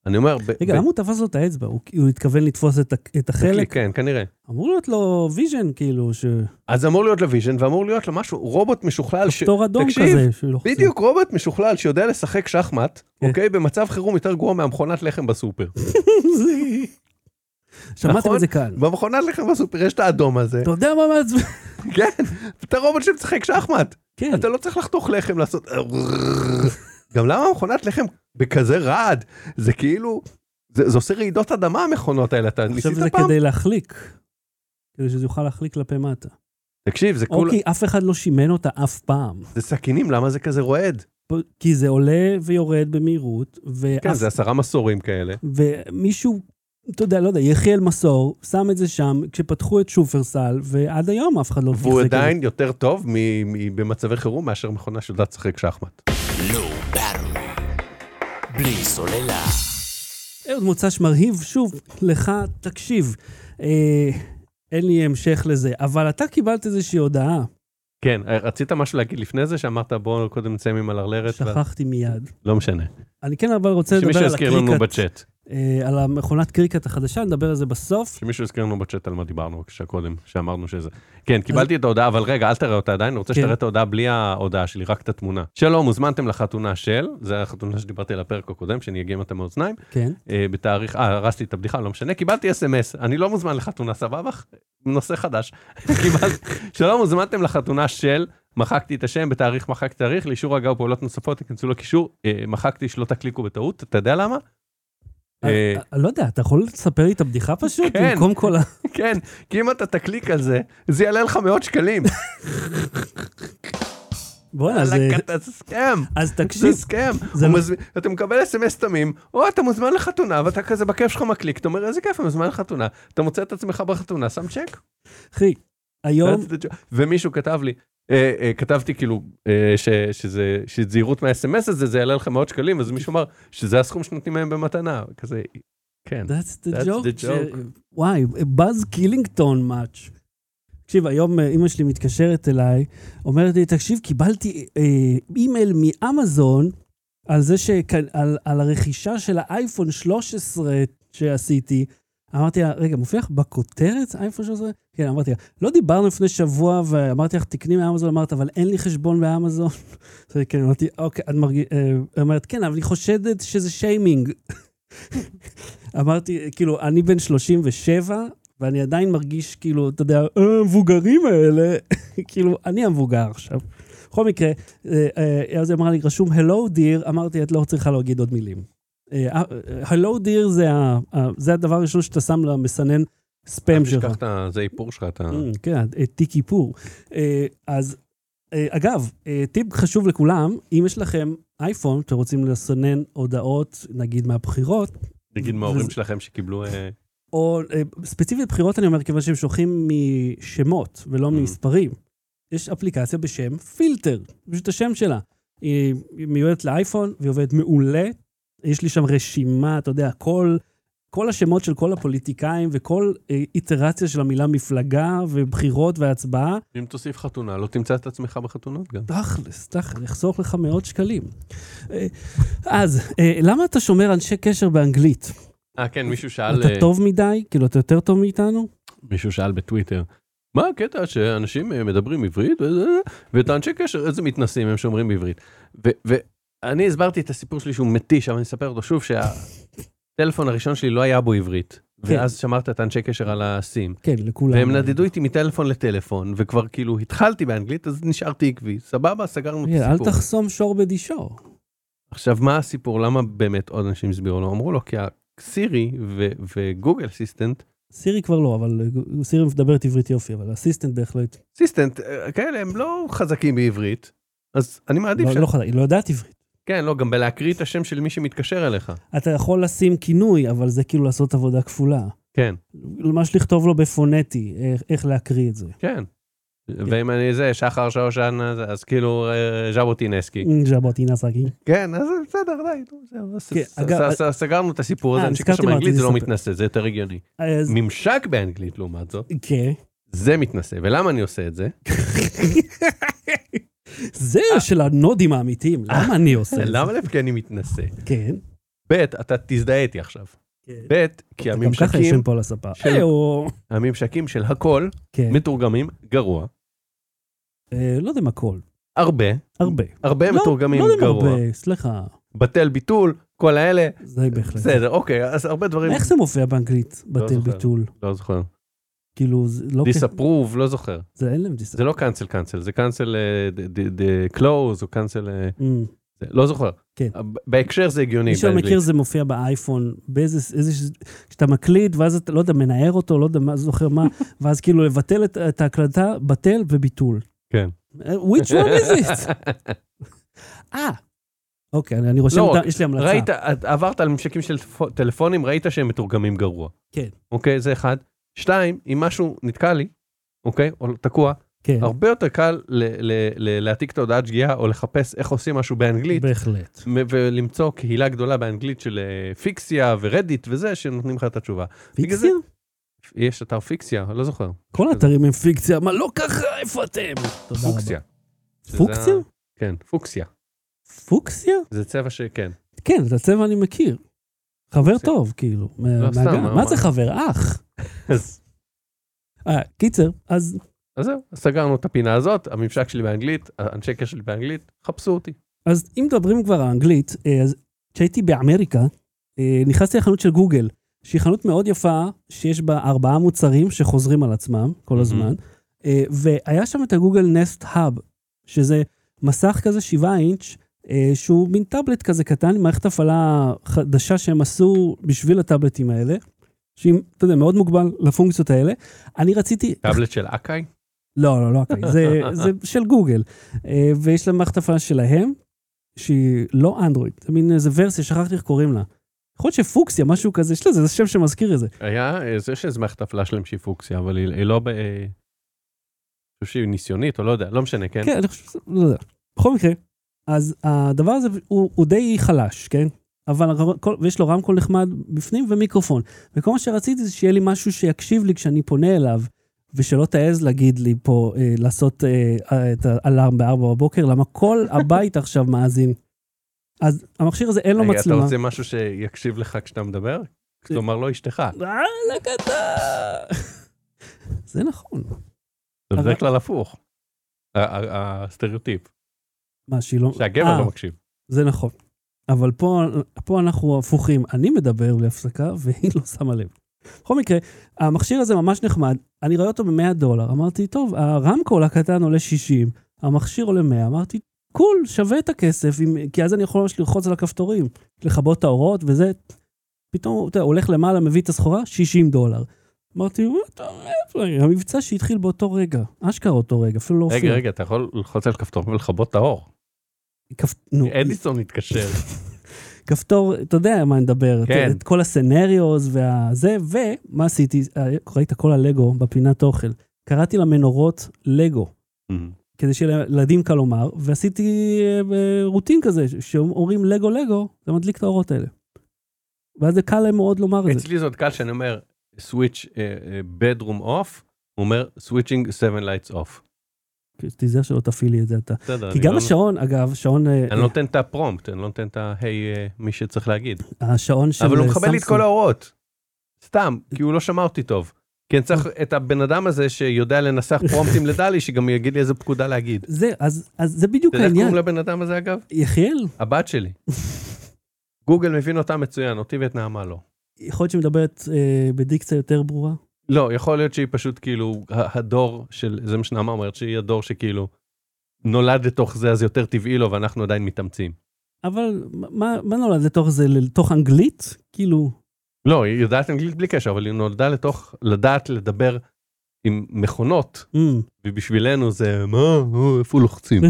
S2: אני אומר... ב-
S1: רגע,
S2: ב-
S1: למה הוא תפס לו את האצבע? הוא הוא התכוון לתפוס את ה- את החלק?
S2: כן, כנראה.
S1: אמור להיות לו ויז'ן, כאילו, שפטור
S2: אז אמור להיות לו ויז'ן, ואמור להיות לו משהו, רובוט משוכלל ש...
S1: אדום
S2: תקשיב,
S1: כזה. שהוא לוחץ.
S2: בדיוק, רובוט משוכלל שיודע לשחק שחמט,
S1: כן.
S2: אוקיי? במצב חירום יותר גרוע מהמכונת לחם בסופר.
S1: זה- שמעתם
S2: נכון?
S1: את זה כאן.
S2: במכונת לחם בסופר יש את האדום הזה.
S1: אתה יודע מה מעצבן?
S2: כן, אתה רובוט שמשחק שחמט.
S1: כן,
S2: אתה לא צריך לחתוך לחם לעשות... גם למה מכונת לחם בכזה רעד? זה כאילו... זה, זה עושה רעידות אדמה המכונות האלה, אתה
S1: כן. עכשיו
S2: ניסית
S1: זה
S2: פעם?
S1: כדי להחליק. כדי שזה יוכל להחליק כלפי מטה.
S2: תקשיב, זה,
S1: או
S2: כול...
S1: כי אף אחד לא שימן אותה אף פעם.
S2: זה סכינים, למה זה כזה רועד?
S1: פ- כי זה עולה ויורד במהירות,
S2: כן,
S1: ואף
S2: זה עשרה מסורים כאלה.
S1: ומישהו, אתה יודע, לא יודע, יחיאל מסור, שם את זה שם, כשפתחו את שופרסל, ועד היום אף אחד לא
S2: והוא
S1: תחזק את זה.
S2: עדיין יותר טוב מ- מ- במצבי חירום מאשר מכונה שיודעת לשחק שחמט.
S3: low battery, בלי סוללה,
S1: אהוד אה, מוצ"ש מרהיב שוב לך, תקשיב, אה, אין לי המשך לזה, אבל אתה קיבלת איזושהי הודעה,
S2: כן, רצית משהו להגיד לפני זה שאמרת בואו קודם נסיים עם הלרלרת? ואז-
S1: שכחתי מיד.
S2: לא משנה.
S1: אני כן אבל רוצה לדבר
S2: שמישהו
S1: על
S2: יזכיר לנו
S1: הקריקט,
S2: בצ'אט.
S1: אה, על המכונת קריקט החדשה, נדבר על זה בסוף.
S2: שמישהו יזכיר לנו בצ'אט על מה דיברנו בבקשה קודם, שאמרנו שזה. כן, קיבלתי את ההודעה, אבל רגע, אל תראה אותה עדיין, אני רוצה
S1: כן.
S2: שתראה את ההודעה בלי ההודעה שלי, רק את התמונה. שלום, הוזמנתם לחתונה של, זה החתונה שדיברתי על הפרק הקודם, שאני אגיע עם אתם האוזניים,
S1: כן.
S2: אה, בתאריך, אה, הרסתי את הבדיחה, לא משנה, קיבלתי אס.אם.אס, אני לא מוזמן לחתונה, סבבה? נושא חדש. קיבלתי, שלום, הוזמנתם לחתונה של, מחקתי את השם, בתאריך מחקתי תאריך, לאישור הגעה ופעולות נוספות, תיכנסו לקישור, אה, מחקתי שלא תקליקו בטעות, אתה יודע למה? אה,
S1: אה, אה, לא יודע, אתה יכול לספר לי את הבדיחה פשוט?
S2: כן.
S1: במקום כל ה...
S2: כן, כי אם אתה תקליק על זה, זה יעלה לך מאות שקלים.
S1: בוא'נה, זה...
S2: וואלכ, אתה סכם.
S1: אז
S2: זה
S1: תקשיב,
S2: סכם.
S1: זה
S2: הוא
S1: לא-
S2: מזמין- אתה מקבל אס.אם.אס תמים, או אתה מוזמן לחתונה, ואתה כזה בכיף שלך מקליק, אתה אומר, איזה כיף, אני מוזמן לחתונה. אתה מוצא את עצמך בחתונה, שם צ'ק.
S1: אחי, היום...
S2: That's the job. ומישהו כתב לי, אה, אה, כתבתי כאילו, אה, ש- שזה שזהירות מהאס.אם.אס הזה, זה יעלה לך מאות שקלים, אז מישהו אמר, שזה הסכום שנותנים להם במתנה. כזה, כן.
S1: That's the joke.
S2: That's the joke.
S1: ש- וואי, באז קילינגטון מאץ'. תקשיב, היום אה, אימא שלי מתקשרת אליי, אומרת לי, תקשיב, קיבלתי אה, אימייל מאמזון על זה ש... על, על הרכישה של האייפון 13 שעשיתי. אמרתי לה, רגע, מופיע לך בכותרת אייפון 13? כן, אמרתי לה, לא דיברנו לפני שבוע ואמרתי לך, תקני מאמזון, אמרת, אבל אין לי חשבון באמזון. אז כן, אמרתי, אוקיי, את מרגישה... אומרת, כן, אבל אני חושדת שזה שיימינג. אמרתי, כאילו, אני בן 37, ואני עדיין מרגיש, כאילו, אתה יודע, "אה, המבוגרים האלה, כאילו, אני המבוגר עכשיו. בכל מקרה, אה, אה, אז היא אמרה לי, רשום Hello dear, אמרתי, את לא צריכה להגיד עוד מילים. אה, אה, Hello dear זה ה- ה- זה הדבר הראשון שאתה שם למסנן ספאם
S2: אל
S1: שלך.
S2: תשכח את ה- זה איפור שלך, אתה...
S1: Mm, כן, אה, תיק איפור. אה, אז אה, אגב, אה, טיפ חשוב לכולם, אם יש לכם אייפון, אתם רוצים לסנן הודעות, נגיד מהבחירות,
S2: נגיד מההורים שלכם שקיבלו... אה,
S1: או אה, ספציפית בחירות, אני אומר, כיוון שהם שולחים משמות ולא ממספרים. יש אפליקציה בשם פילטר, פשוט השם שלה. היא היא מיועדת לאייפון, והיא עובדת מעולה. יש לי שם רשימה, אתה יודע, כל, כל השמות של כל הפוליטיקאים וכל אה, איטרציה של המילה מפלגה ובחירות והצבעה.
S2: אם תוסיף חתונה, לא תמצא את עצמך בחתונות גם.
S1: תכלס, תכלס, יחסוך לך מאות שקלים. אה, אז, אה, למה אתה שומר אנשי קשר באנגלית?
S2: אה, כן, מישהו שאל...
S1: אתה
S2: אה,
S1: טוב מדי? כאילו, אתה יותר טוב מאיתנו?
S2: מישהו שאל בטוויטר, מה הקטע שאנשים אה, מדברים עברית, וזה- ואת האנשי קשר, איזה מתנסים הם שומרים בעברית. ו- ואני הסברתי את הסיפור שלי שהוא מתיש, אבל אני אספר אותו שוב, שהטלפון הראשון שלי לא היה בו עברית. ואז שמרת את האנשי קשר על הסים.
S1: כן, לכולם.
S2: והם נדדו איתי מטלפון לטלפון, וכבר כאילו התחלתי באנגלית, אז נשארתי עקבי. סבבה, סגרנו את
S1: כן, אל
S2: הסיפור.
S1: תחסום שור בדישו.
S2: עכשיו, מה הסיפור? למה באמת עוד אנשים הסבירו לו? אמרו לו, כי הסירי ו- וגוגל אסיסטנט,
S1: סירי כבר לא, אבל אה, סירי מדברת עברית יופי, אבל אסיסטנט בהחלט. לא,
S2: אסיסטנט, אה, כאלה הם לא חזקים בעברית, אז אני מעדיף
S1: לא,
S2: ש...
S1: לא חד- היא לא יודעת עברית.
S2: כן, לא, גם בלהקריא את השם של מי שמתקשר אליך.
S1: אתה יכול לשים כינוי, אבל זה כאילו לעשות עבודה כפולה.
S2: כן,
S1: ממש לכתוב לו בפונטי, איך, איך להקריא את זה.
S2: כן. ואם אני זה, שחר שושן, אז- אז כאילו אה, ז'בוטינסקי.
S1: ז'בוטינה סאקי.
S2: כן, אז בסדר, די, נו, זהו, ס-
S1: כן,
S2: ס-
S1: אגב,
S2: ס- ס- סגרנו את הסיפור הזה,
S1: אה,
S2: אנשי
S1: נזכרתי
S2: קשר
S1: מה
S2: באנגלית
S1: רציתי
S2: זה לא
S1: לספר.
S2: מתנשא, זה יותר הגיוני.
S1: אז...
S2: ממשק באנגלית, לעומת זאת,
S1: כן.
S2: זה מתנשא. ולמה אני עושה את זה?
S1: זה של הנודים האמיתיים, למה אני עושה את זה?
S2: אה. למה לב? כי אני מתנשא.
S1: כן.
S2: ב', אתה תזדהה איתי עכשיו.
S1: כן.
S2: ב', כי
S1: גם ככה
S2: הממשקים,
S1: יושבים פה על הספה.
S2: של-
S1: אה, או-
S2: הממשקים של הכל
S1: כן.
S2: מתורגמים גרוע.
S1: אה, לא יודע מה כל,
S2: הרבה,
S1: הרבה.
S2: הרבה
S1: לא-
S2: מתורגמים
S1: לא יודע מה
S2: גרוע.
S1: הרבה, סליחה.
S2: בטל ביטול, כל האלה,
S1: זה בהחלט.
S2: בסדר, אוקיי, אז הרבה דברים,
S1: איך זה מופיע באנגלית, בטל
S2: זוכר.
S1: ביטול?
S2: לא זוכר.
S1: כאילו, זה לא...
S2: דיסאפרוב, לא זוכר.
S1: זה אין להם דיסאפ.
S2: זה לא קאנסל קאנסל, זה אה, קאנסל קלוז, או קאנסל,
S1: Mm.
S2: לא זוכר.
S1: כן.
S2: ב- בהקשר זה הגיוני
S1: מי שלא
S2: באנגלית.
S1: מכיר, זה מופיע באייפון, באיזה... איזה- כשאתה מקליט, ואז אתה, לא יודע, מנער אותו, לא יודע מה, זוכר מה, ואז כאילו לבטל את- את ההקלטה, בטל וביטול. Uh,
S2: כן.
S1: which one is it? אה, אוקיי, אני- אני רושם
S2: לא,
S1: אותה, יש לי המלצה.
S2: ראית, את- עברת על ממשקים של טלפו- טלפונים, ראית שהם מתורגמים גרוע.
S1: כן.
S2: אוקיי, זה אחד. שתיים, אם משהו נתקע לי, אוקיי, או תקוע,
S1: כן,
S2: הרבה יותר קל ל- ל- ל- להעתיק את ההודעת שגיאה, או לחפש איך עושים משהו באנגלית,
S1: בהחלט.
S2: מ- ולמצוא קהילה גדולה באנגלית של אה, פיקסיה ורדיט וזה, שנותנים לך את התשובה. בגלל זה-
S1: פיקציה?
S2: יש אתר פיקסיה, לא זוכר.
S1: כל האתרים הם פיקציה, מה לא ככה, איפה אתם? תודה רבה.
S2: פוקסיה. שזה
S1: פוקסיה?
S2: ה- כן, פוקסיה.
S1: פוקסיה?
S2: זה צבע שכן.
S1: כן, את הצבע אני מכיר. חבר
S2: פוקסיה.
S1: טוב, כאילו. מה-
S2: לא, סתם,
S1: מהגן.
S2: מה-
S1: מה זה
S2: מה-
S1: חבר? אח.
S2: אז
S1: אה, קיצר, אז
S2: אז זהו, אז סגרנו את הפינה הזאת, הממשק שלי באנגלית, האנשי קשר שלי באנגלית, חפשו אותי.
S1: אז אם מדברים כבר על אנגלית, אה, אז כשהייתי באמריקה, אה, נכנסתי לחנות של גוגל, שהיא חנות מאוד יפה, שיש בה ארבעה מוצרים שחוזרים על עצמם כל
S2: מהמם.
S1: הזמן, אה, והיה שם את הגוגל נסט האב, שזה מסך כזה שבעה אינץ', אה, שהוא מין טאבלט כזה קטן עם מערכת הפעלה חדשה שהם עשו בשביל הטאבלטים האלה, שהיא, אתה יודע, מאוד מוגבל לפונקציות האלה. אני רציתי...
S2: טאבלט של אקאי?
S1: לא, לא, לא, אוקיי. זה, זה של גוגל. אה, ויש להם מערכת הפעלה שלהם, שהיא לא אנדרואיד, זה מין איזה ורסיה, שכחתי איך קוראים לה. יכול להיות שפוקסיה, משהו כזה, יש לזה, זה שם שמזכיר את זה.
S2: היה, אה, זה שזה מערכת הפעלה שלהם שהיא פוקסיה, אבל היא היא לא ב... אה, אני חושב שהיא ניסיונית, או לא יודע, לא משנה, כן?
S1: כן, אני חושב שזה, לא יודע. בכל מקרה, אז הדבר הזה הוא, הוא די חלש, כן? אבל הר- כל, ויש לו רמקול נחמד בפנים ומיקרופון. וכל מה שרציתי זה שיהיה לי משהו שיקשיב לי כשאני פונה אליו, ושלא תעז להגיד לי פה, אה, לעשות אה, אה, את האלארם בארבע בבוקר, למה כל הבית עכשיו מאזין. אז המכשיר הזה אין לו
S2: רגע,
S1: מצלמה.
S2: אה, אתה רוצה משהו שיקשיב לך כשאתה מדבר? כלומר, לא אשתך.
S1: וואלה אה, קטן. זה נכון.
S2: זה
S1: אבל-
S2: בדרך כלל הפוך. ה- ה- הסטריאוטיפ,
S1: מה, שהיא לא...
S2: שהגבר
S1: אה,
S2: לא מקשיב.
S1: זה נכון. אבל פה, פה אנחנו הפוכים. אני מדבר בלי הפסקה, והיא לא שמה לב. בכל מקרה, המכשיר הזה ממש נחמד. אני רואה אותו ב-100 דולר. אמרתי, טוב, הרמקול הקטן עולה 60, המכשיר עולה 100. אמרתי, קול, שווה את הכסף, אם, כי אז אני יכול ממש ללחוץ על הכפתורים, לכבות את האורות וזה. פתאום, אתה יודע, הולך למעלה, מביא את הסחורה, 60 דולר. אמרתי, "מה אתה אומר?" המבצע שהתחיל באותו רגע, אשכרה אותו רגע, אפילו לא הופיע.
S2: רגע, רגע, אתה יכול ללחוץ על כפתור ולכבות את האור.
S1: כפ- נו,
S2: אדיסון מתקשר.
S1: כפתור, אתה יודע מה נדבר,
S2: כן.
S1: את, את כל הסנריוז והזה, ומה עשיתי, אה, ראית כל הלגו בפינת אוכל, קראתי למנורות לגו, כדי שילדים קל לומר, ועשיתי אה, אה, רוטין כזה, ש- שאומרים לגו לגו, זה מדליק את האורות האלה. ואז זה קל להם מאוד לומר את זה.
S2: אצלי זה עוד קל שאני אומר, אה, סוויץ' בדרום אוף, הוא אומר, סוויצ'ינג 7 לייטס אוף.
S1: תיזהר שלא תפעילי את זה אתה.
S2: בסדר,
S1: כי
S2: אני
S1: גם
S2: לא-
S1: השעון, אגב, שעון, אה,
S2: אני לא נותן את הפרומפט, אני לא נותן את ה-היי מי שצריך להגיד.
S1: השעון של
S2: אבל הוא
S1: אה,
S2: מכבה לי את כל
S1: סמסונג.
S2: האורות. סתם, כי הוא לא שמע אותי טוב. כי אני צריך את הבן אדם הזה שיודע לנסח פרומפטים לדלי, שגם יגיד לי איזה פקודה להגיד.
S1: זה, אז אז זה בדיוק
S2: אתה יודע איך
S1: העניין.
S2: קוראים לבן אדם הזה אגב?
S1: יחיאל,
S2: הבת שלי. גוגל מבין אותה מצוין, אותי ואת נעמה לא.
S1: יכול להיות שמדברת אה, בדיקציה יותר ברורה?
S2: לא, יכול להיות שהיא פשוט כאילו, ה- הדור של, זה מה שנעמה אומרת, שהיא הדור שכאילו נולד לתוך זה, אז יותר טבעי לו, ואנחנו עדיין מתאמצים.
S1: אבל מה, מה נולד לתוך זה, לתוך אנגלית? כאילו,
S2: לא, היא יודעת אנגלית בלי קשר, אבל היא נולדה לתוך לדעת לדבר עם מכונות,
S1: mm.
S2: ובשבילנו זה, מה, אה, איפה לוחצים?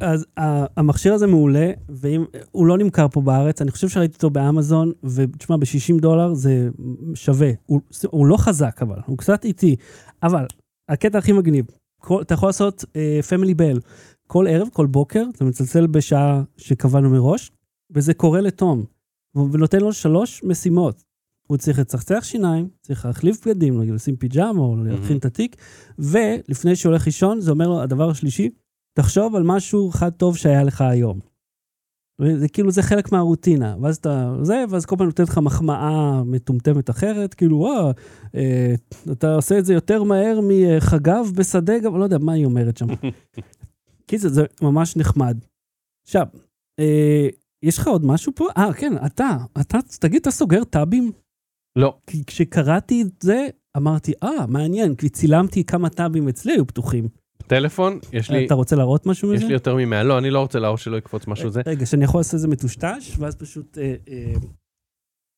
S1: אז ה- המכשיר הזה מעולה, ואם, הוא לא נמכר פה בארץ, אני חושב שראיתי אותו באמזון, ותשמע, ב-60 דולר זה שווה. הוא, הוא לא חזק אבל, הוא קצת איטי, אבל הקטע הכי מגניב, כל, אתה יכול לעשות פמילי uh, בל, כל ערב, כל בוקר, אתה מצלצל בשעה שקבענו מראש, וזה קורה לתום, ו- ונותן לו שלוש משימות. הוא צריך לצחצח שיניים, צריך להחליף בגדים, נגיד לשים פיג'מה או להכין את התיק, ולפני שהוא הולך לישון, זה אומר לו, הדבר השלישי, תחשוב על משהו אחד טוב שהיה לך היום. זה כאילו, זה חלק מהרוטינה. ואז אתה, זה, ואז כל פעם נותנת לך מחמאה מטומטמת אחרת, כאילו, וואו, אה, אתה עושה את זה יותר מהר מחגב בשדה, גם לא יודע מה היא אומרת שם. קיצר, זה ממש נחמד. עכשיו, אה, יש לך עוד משהו פה? אה, כן, אתה, אתה, תגיד, אתה סוגר טאבים?
S2: לא.
S1: כי כשקראתי את זה, אמרתי, אה, מעניין, כי צילמתי כמה טאבים אצלי היו פתוחים.
S2: טלפון, יש לי
S1: אה, אתה אה, רוצה להראות משהו מזה?
S2: יש לי יותר ממאה, לא, אני לא רוצה להראות שלא יקפוץ משהו זה.
S1: רגע, שאני יכול לעשות את זה מטושטש, ואז פשוט אה, אה,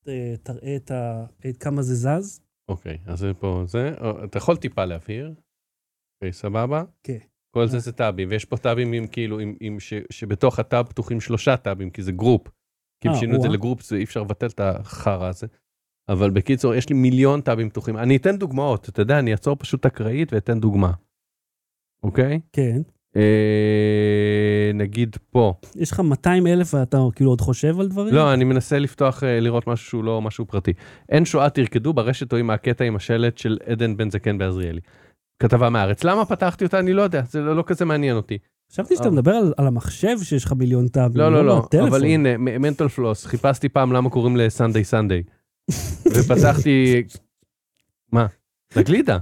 S1: אה, תראה את ה... את כמה זה זז.
S2: אוקיי, אז זה פה זה, או, אתה יכול טיפה להבהיר, אוקיי, סבבה?
S1: כן.
S2: כל זה זה טאבים, ויש פה טאבים עם כאילו, עם, עם ש, שבתוך הטאב פתוחים שלושה טאבים, כי זה גרופ. כי אם
S1: אה,
S2: שינו את זה
S1: וואה.
S2: לגרופ, זה אי אפשר לבטל את החרא הזה. אבל בקיצור, יש לי מיליון טאבים פתוחים. אני אתן דוגמאות, אתה יודע, אני אעצור פשוט אקראית ואתן דוגמה. אוקיי?
S1: כן.
S2: אה, נגיד פה.
S1: יש לך 200 אלף ואתה כאילו עוד חושב על דברים?
S2: לא, אני מנסה לפתוח, אה, לראות משהו שהוא לא משהו פרטי. אין שואה תרקדו ברשת או עם הקטע עם השלט של עדן בן זקן בעזריאלי. כתבה מהארץ. למה פתחתי אותה? אני לא יודע, זה לא לא כזה מעניין אותי.
S1: חשבתי שאתה
S2: אה.
S1: מדבר על- על המחשב שיש לך מיליון טאבים.
S2: לא, לא, לא,
S1: בטלפון.
S2: אבל הנה, מ- מנטל פלוס, חיפשתי פעם למה קוראים לסנדיי סנדיי. ופתחתי... מה? לגלידה.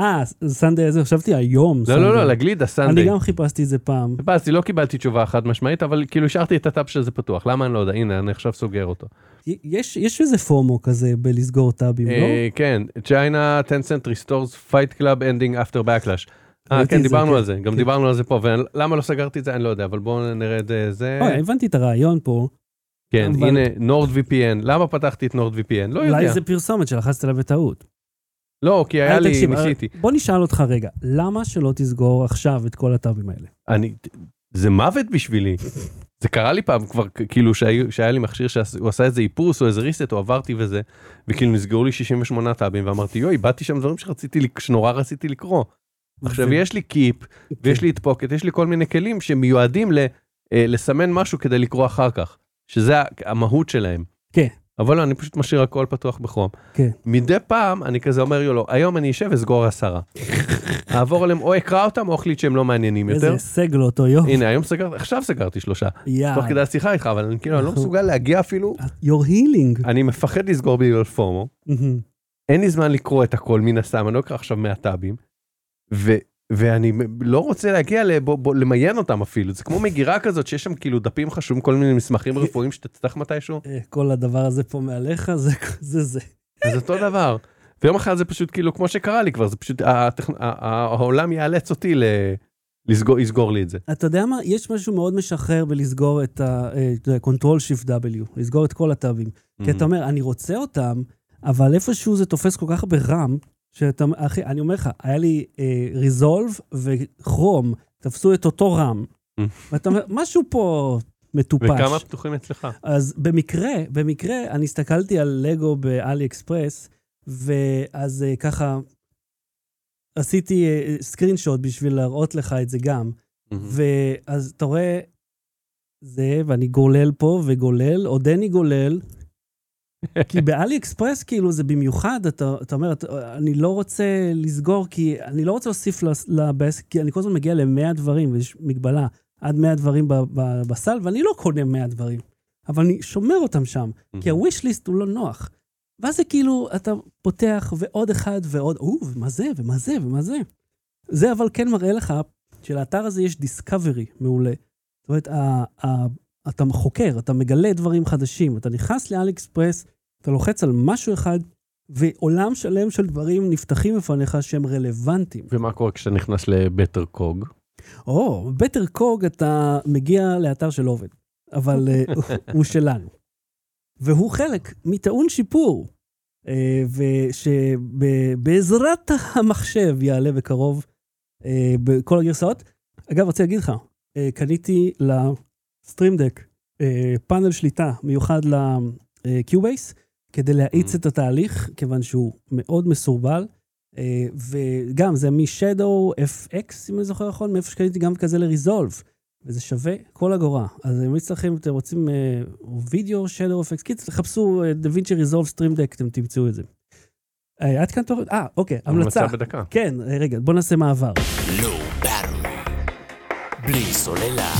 S1: אה, סנדיי איזה חשבתי היום.
S2: לא, לא,
S1: סנדיי.
S2: לא, לגלידה,
S1: אני
S2: סנדיי.
S1: גם חיפשתי את זה פעם.
S2: חיפשתי, לא קיבלתי תשובה חד משמעית, אבל כאילו השארתי את הטאפ של זה פתוח. למה אני לא יודע? הנה, אני עכשיו סוגר אותו.
S1: י- יש יש איזה פומו כזה בלסגור טאבים, לא?
S2: אה, כן, צ'יינה, טנסנט, ריסטורס, פייט קלאב, אנדינג, אפטר בקלאש. אה,
S1: ראיתי
S2: כן,
S1: את זה,
S2: דיברנו
S1: כן,
S2: על זה, גם
S1: כן.
S2: דיברנו על זה פה, ולמה לא סגרתי את זה, אני לא יודע, אבל בואו נראה את אה, זה.
S1: אוי, הבנתי את הרעיון פה.
S2: כן,
S1: אבל-
S2: הנה, נורד VPN, למה פתחתי את נורד VPN? לא
S1: אולי
S2: יודע.
S1: זה פרסומת שלחצת עליה בטעות.
S2: לא, כי היה
S1: אה,
S2: לי,
S1: תקשיב, אה,
S2: ניסיתי.
S1: בוא נשאל אותך רגע, למה שלא תסגור עכשיו את כל הטאבים האלה?
S2: אני, זה מוות בשבילי. זה קרה לי פעם כבר, כ- כאילו שהיו- שהיה לי מכשיר שהוא עשה איזה איפוס או איזה ריסט או עברתי וזה, וכאילו נסגרו לי 68 טאבים ואמרתי יואי, באתי שם דברים שרציתי, לק- שנורא רציתי לקרוא. עכשיו
S1: ו-
S2: יש לי קיפ, ויש
S1: כן.
S2: לי את פוקט, יש לי כל מיני כלים שמיועדים ל, אה, לסמן משהו כדי לקרוא אחר כך, שזה ה- המהות שלהם.
S1: כן.
S2: אבל לא, אני פשוט משאיר הכל פתוח בכרום.
S1: כן.
S2: מדי פעם אני כזה אומר יולו, היום אני אשב ואסגור עשרה. אעבור עליהם או אקרא אותם או אחליט שהם לא מעניינים
S1: איזה
S2: יותר.
S1: הישג לאותו יום.
S2: הנה, היום סגרתי, עכשיו סגרתי שלושה. תוך
S1: יאללה.
S2: כדי השיחה איתך, אבל אני כאילו אני לא
S1: אה. נכון.
S2: מסוגל להגיע אפילו,
S1: your healing.
S2: אני מפחד לסגור בגלל פומו.
S1: מהמם.
S2: אין לי זמן לקרוא את הכל מן הסתם, אני לא אקרא עכשיו 100 טאבים, ו- ואני מ- לא רוצה להגיע לב- ב- למיין אותם אפילו, זה כמו מגירה כזאת שיש שם כאילו דפים חשובים, כל מיני מסמכים רפואיים שתצטרך מתישהו,
S1: אה, כל הדבר הזה פה מעליך, זה זה זה.
S2: אז אותו דבר. ויום אחד זה פשוט כאילו כמו שקרה לי כבר, זה פשוט הטכנ- ה- ה- העולם יאלץ אותי ל- לסגור- יסגור לי את זה.
S1: אתה יודע מה? יש משהו מאוד משחרר בלסגור Mm-hmm.
S2: Mm-hmm.
S1: את ה... אה, אתה יודע, Ctrl Shift W, לסגור את כל הטאבים. כי אתה אומר, אני רוצה אותם, אבל איפשהו זה תופס כל כך הרבה רם, שאתה, אחי, אני אומר לך, היה לי ריזולב וכרום, תפסו את אותו רם. ואתה אומר, משהו פה מטופש.
S2: וכמה פתוחים אצלך?
S1: אז במקרה, במקרה, אני הסתכלתי על לגו באלי אקספרס, ואז אה, ככה עשיתי סקרין שוט בשביל להראות לך את זה גם. Mm-hmm. ואז אתה רואה, זה, ואני גולל פה וגולל, עודני גולל. כי באלי אקספרס, כאילו, זה במיוחד, אתה, אתה אומר, אתה- אני לא רוצה לסגור, כי אני לא רוצה להוסיף לס- לבעסק, כי אני כל הזמן מגיע ל-100 דברים, ויש מגבלה עד 100 דברים ב- ב- בסל, ואני לא קונה 100 דברים, אבל אני שומר אותם שם. כי הוויש ליסט הוא לא נוח. ואז זה כאילו, אתה פותח ועוד אחד ועוד, או, ומה זה, ומה זה, ומה זה. זה אבל כן מראה לך שלאתר הזה יש דיסקאברי מעולה. זאת אומרת, ה- ה- אתה חוקר, אתה מגלה דברים חדשים, אתה נכנס לאליקספרס, אתה לוחץ על משהו אחד, ועולם שלם של דברים נפתחים בפניך שהם רלוונטיים.
S2: ומה קורה כשאתה נכנס לבטר קוג?
S1: או, בטר קוג אתה מגיע לאתר שלא עובד, אבל אה, הוא שלנו. והוא חלק מטעון שיפור, אה, ושבעזרת המחשב יעלה בקרוב אה, בכל הגרסאות. אגב, רציתי להגיד לך, אה, קניתי לסטרימדק אה, פאנל שליטה מיוחד לקיובייס, כדי להאיץ את התהליך, כיוון שהוא מאוד מסורבל. אה, וגם, זה מ-Shadow FX, אם אני זוכר נכון, מאיפה שקניתי גם כזה ל-Resolve. וזה שווה כל אגורה. אז אני ממליץ לכם, אם אתם רוצים אה, וידאו, Shadow FX, קיצר, תחפשו דה וינצ'י Resolve Stream Deck, אתם תמצאו את זה. אה, עד כאן תורת? אה, אוקיי, המלצה.
S2: בדקה.
S1: כן, אה, רגע, בוא נעשה מעבר.
S3: Low Battery, בלי סוללה.